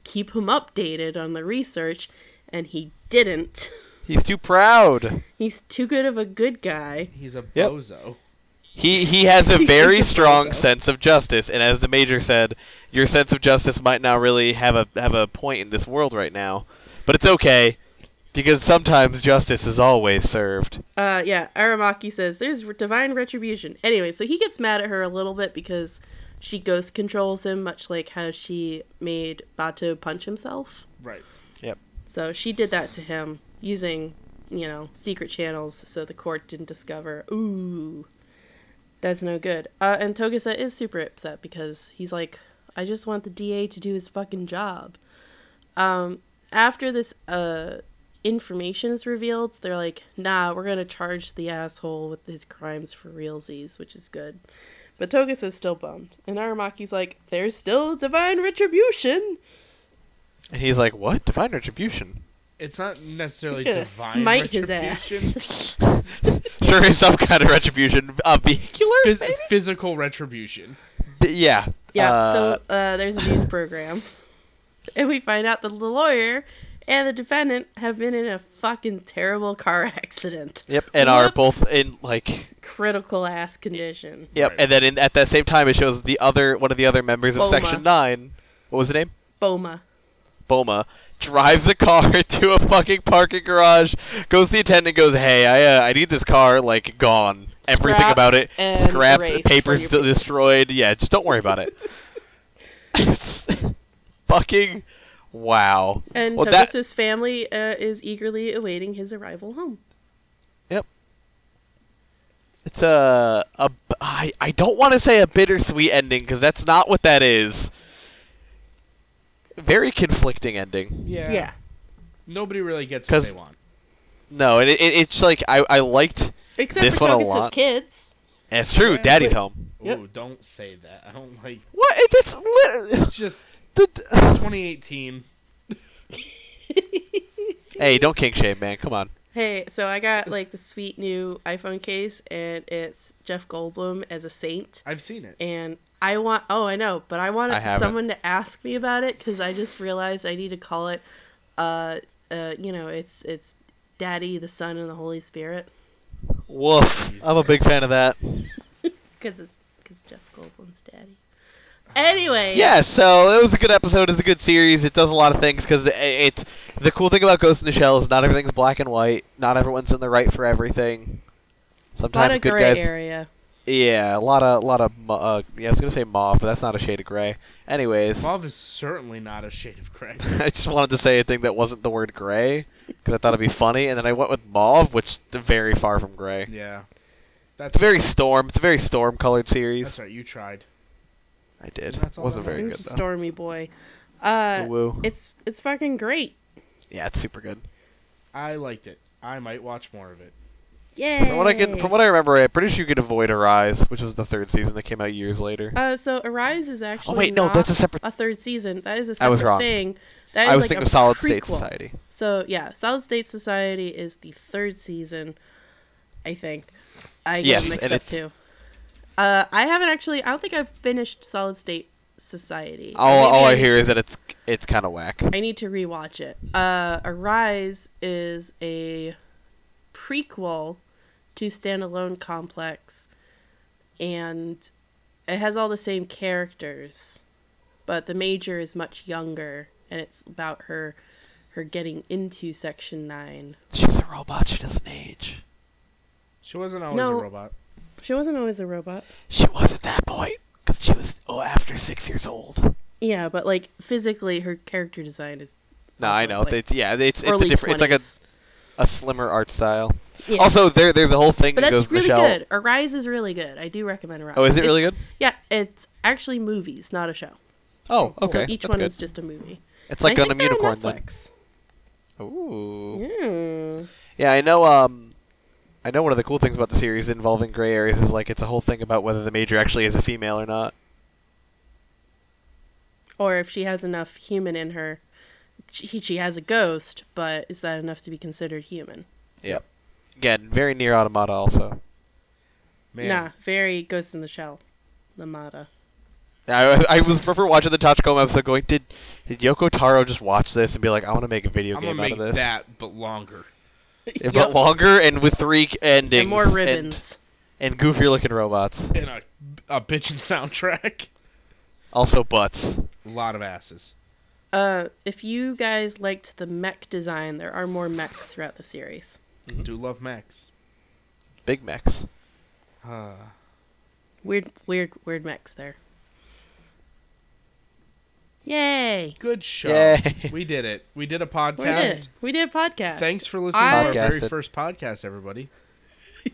S4: keep him updated on the research, and he didn't.
S2: He's too proud.
S4: He's too good of a good guy.
S3: He's a
S2: Yep.
S3: bozo.
S2: He he has a very
S4: He's a
S2: strong
S4: bozo.
S2: sense of justice, and as the major said, your sense of justice might not really have a have a point in this world right now, but it's okay because sometimes justice is always served.
S4: Uh, yeah, Aramaki says there's divine retribution. Anyway, so he gets mad at her a little bit because she ghost controls him, much like how she made Bato punch himself.
S3: Right.
S2: Yep.
S4: So she did that to him using, you know, secret channels so the court didn't discover. Ooh. That's no good. Uh, and Togusa is super upset because he's like, I just want the DA to do his fucking job. Um, after this uh, information is revealed, they're like, nah, we're going to charge the asshole with his crimes for realsies, which is good. But Togusa's still bummed. And Aramaki's like, there's still divine retribution.
S2: And he's like, "What? Divine retribution?
S3: It's not necessarily
S4: Gonna
S3: divine
S4: smite his
S3: retribution.
S4: ass.
S2: Sure, is some kind of retribution. Uh, vehicular?
S3: Phys- physical retribution.
S2: B- yeah.
S4: Yeah,
S2: Uh,
S4: so uh, there's a news program. And we find out that the lawyer and the defendant have been in a fucking terrible car accident.
S2: Yep, and are
S4: Whoops.
S2: both in like
S4: Critical ass condition.
S2: Yep,
S3: Right.
S2: and then in, at that same time, it shows the other one of the other members of
S4: Boma.
S2: Section Nine. What was the name?
S4: Boma.
S2: Boma drives a car to a fucking parking garage. Goes to the attendant, goes, "Hey, I uh, I need this car like gone. Everything
S4: Scraps
S2: about it,
S4: and
S2: scrapped,
S4: erased
S2: papers
S4: from your
S2: d-
S4: papers."
S2: destroyed. Yeah, just don't worry about it." it's fucking wow.
S4: And
S2: well, that
S4: Douglas's family uh, is eagerly awaiting his arrival home.
S2: Yep. It's a a b- I I don't want to say a bittersweet ending because that's not what that is. Very conflicting ending.
S3: Yeah.
S4: Yeah.
S3: Nobody really gets what
S2: 'Cause-
S3: they want.
S2: No, and it, it, it's like I I liked
S4: Except
S2: This
S4: for
S2: one a
S4: Douglas's
S2: lot.
S4: kids.
S2: And it's true. Daddy's home.
S4: Yep.
S3: Ooh, don't say that. I don't like.
S2: What? That's lit-
S3: It's just
S2: the-
S3: it's 2018.
S2: hey, don't kink shame, man. Come on.
S4: Hey, so I got like the sweet new iPhone case, and it's Jeff Goldblum as a saint.
S3: I've seen it.
S4: And I want, oh, I know, but I wanted
S2: I haven't.
S4: someone to ask me about it because I just realized I need to call it, uh, uh, you know, it's it's Daddy, the Son, and the Holy Spirit
S2: Woof. I'm a big fan of that.
S4: because it's because Jeff Goldblum's daddy. Anyway,
S2: Yeah, so it was a good episode. It's a good series. It does a lot of things because it, it's the cool thing about Ghost in the Shell is not everything's black and white. Not everyone's in the right for everything.
S4: a lot
S2: Sometimes
S4: of
S2: good
S4: gray
S2: guys.
S4: area.
S2: Yeah, a lot of lot of mo- uh, yeah. I was gonna say mauve, but that's not a shade of gray. Anyways,
S3: Love is certainly not a shade of gray.
S2: I just wanted to say a thing that wasn't the word gray because I thought it'd be funny, and then I went with mauve, which is very far from gray.
S3: yeah,
S2: It's
S3: that's
S2: very storm. It's a very storm-colored series.
S3: That's right. You tried.
S2: I did.
S3: That's all
S2: wasn't
S3: that
S2: very
S4: He's
S2: good
S4: a
S2: though.
S4: stormy boy. Uh,
S2: Woo.
S4: it's it's fucking great.
S2: Yeah, it's super good.
S3: I liked it. I might watch more of it.
S4: Yay!
S2: From what I can, from what I remember, I'm pretty sure you could avoid Arise, which was the third season that came out years later.
S4: Uh, so Arise is actually.
S2: oh wait, no,
S4: not
S2: that's a separate.
S4: a third season. That is a separate
S2: I was wrong.
S4: thing. That is
S2: I was
S4: like
S2: thinking
S4: a
S2: of Solid State
S4: prequel.
S2: Society.
S4: So yeah, Solid State Society is the third season, I think. I get
S2: Yes,
S4: mixed
S2: and
S4: up
S2: it's-
S4: too. Uh, I haven't actually. I don't think I've finished Solid State Society.
S2: All,
S4: Maybe
S2: all Oh, I
S4: need
S2: hear
S4: to-
S2: is that it's it's kind of whack.
S4: I need to rewatch it. Uh, Arise is a prequel to Standalone Complex, and it has all the same characters, but the major is much younger, and it's about her her getting into Section Nine.
S2: She's a robot. She doesn't age.
S3: She wasn't always
S4: No.
S3: a robot.
S4: She wasn't always a robot.
S2: She was at that point because she was oh, after six years old.
S4: Yeah, but like physically, her character design is
S2: No,
S4: Also,
S2: I know.
S4: like,
S2: it's, yeah, it's it's a
S4: early
S2: different. It's
S4: 20s.
S2: like a, a slimmer art style.
S4: Yeah.
S2: Also, there there's a whole thing
S4: But
S2: that goes
S4: that's
S2: with
S4: really
S2: Michelle.
S4: good. Arise is really good. I do recommend Arise.
S2: Oh, is it really
S4: It's-
S2: good?
S4: Yeah, it's actually movies, not a show.
S2: Oh, okay.
S4: so each
S2: that's
S4: one
S2: good.
S4: is just a movie.
S2: It's like
S4: And I
S2: Gundam
S4: think they're
S2: Unicorn
S4: on
S2: then.
S4: Netflix.
S2: Ooh.
S4: Mm.
S2: Yeah, I know. Um, I know one of the cool things about the series involving gray areas is like it's a whole thing about whether the major actually is a female or not.
S4: Or if she has enough human in her, she, she has a ghost, but is that enough to be considered human?
S2: Yep. Again, very near Automata. Also,
S3: Man,
S4: Nah, very Ghost in the Shell, the Mata.
S2: I, I was remember watching the Tachikoma episode, going, "Did did Yoko Taro just watch this and be like, I want to make a video
S3: I'm gonna
S2: game out
S3: make
S2: of this,
S3: that, but longer.
S2: Yeah, but
S4: Yep.
S2: longer and with three k- endings
S4: And more ribbons.
S2: and, and goofier looking robots,
S3: And a a bitchin' soundtrack.
S2: also butts."
S3: A lot of asses.
S4: Uh, if you guys liked the mech design, there are more mechs throughout the series.
S3: Do love Max.
S2: Big mechs.
S3: Uh,
S4: Weird, weird, weird mechs there. Yay!
S3: good show.
S2: Yay.
S3: We did it. We did a
S4: We
S3: podcast.
S4: did. We did a podcast.
S3: Thanks for listening
S4: I-
S3: to our very
S2: Podcasted.
S3: first podcast, everybody.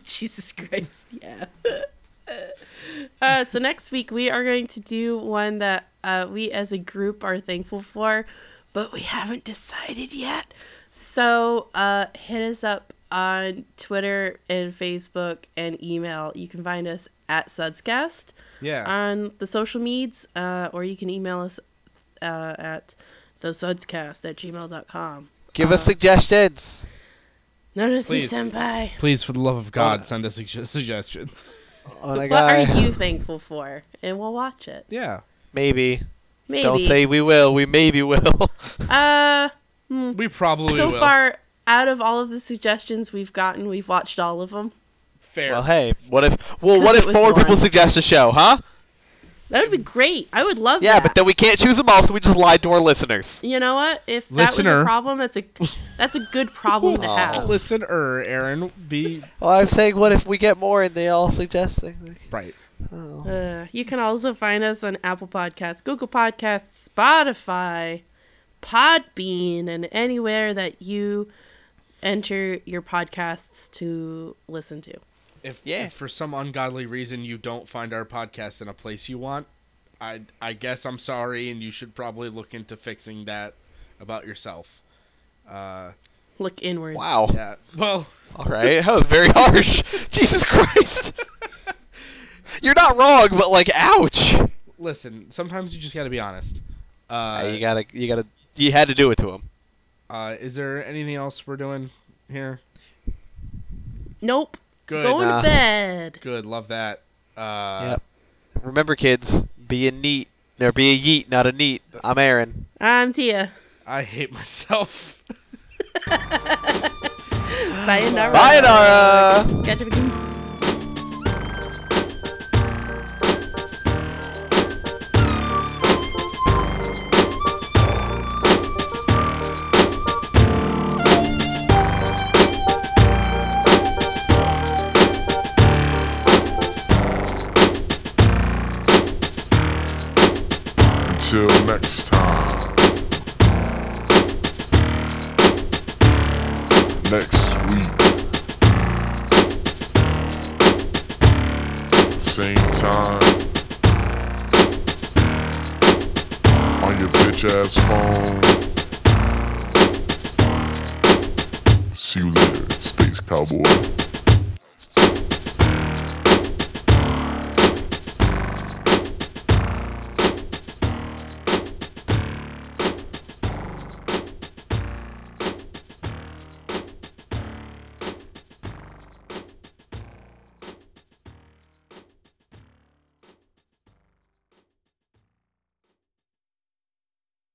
S4: Jesus Christ, yeah. uh, so next week we are going to do one that uh, we as a group are thankful for, but we haven't decided yet. So uh, hit us up on Twitter and Facebook and email. You can find us at Sudscast
S3: Yeah.
S4: on the social medias, uh, or you can email us uh, at thesudscast at gmail.com.
S2: Give us
S4: Uh-huh.
S2: suggestions.
S4: Notice
S3: Please.
S4: me, Senpai.
S3: Please, for the love of God, send us sug- suggestions.
S2: Oh my
S4: What
S2: god.
S4: are you thankful for? And we'll watch it.
S3: Yeah.
S2: Maybe.
S4: Maybe.
S2: Don't say we will. We maybe will.
S4: Uh,
S3: We probably
S4: so
S3: will.
S4: far, out of all of the suggestions we've gotten, we've watched all of them.
S3: Fair.
S2: Well, hey, what if? Well, what
S4: it
S2: if
S4: was
S2: four
S4: one.
S2: people suggest a show, huh?
S4: That would be great. I would love
S2: Yeah,
S4: that.
S2: but then we can't choose them all, so we just lied to our listeners.
S4: you know what? If that was
S3: Listener. Oh.
S4: a problem, that's a that's a good problem to
S2: Aw.
S4: have.
S3: Listen, er, Aaron, be
S2: Well, I'm saying, what if we get more and they all suggest things?
S3: right.
S4: Uh, you can also find us on Apple Podcasts, Google Podcasts, Spotify, Podbean, and anywhere that you enter your podcasts to listen to.
S3: If,
S2: Yeah.
S3: if for some ungodly reason you don't find our podcast in a place you want, I I guess I'm sorry, and you should probably look into fixing that about yourself. Uh,
S4: Look inwards.
S2: Wow.
S3: yeah. Well,
S2: All right. That was very harsh. Jesus Christ. You're not wrong, but like, ouch.
S3: Listen, sometimes you just got to be honest. Uh,
S2: Uh, you gotta, you gotta, you had to do it to him.
S3: uh, is there anything else we're doing here?
S4: Nope.
S3: Good.
S4: Going
S2: nah.
S4: to bed.
S3: Good. Love that. Uh,
S2: Yep. Remember, kids, be a neat or be a yeet, not a neat. I'm Aaron.
S4: I'm Tia.
S3: I hate myself.
S4: Sayonara.
S2: Bye, Nara.
S4: Catch a goose.
S1: Until next time. Next week. Same time. On your bitch ass phone. See you later, Space Cowboy.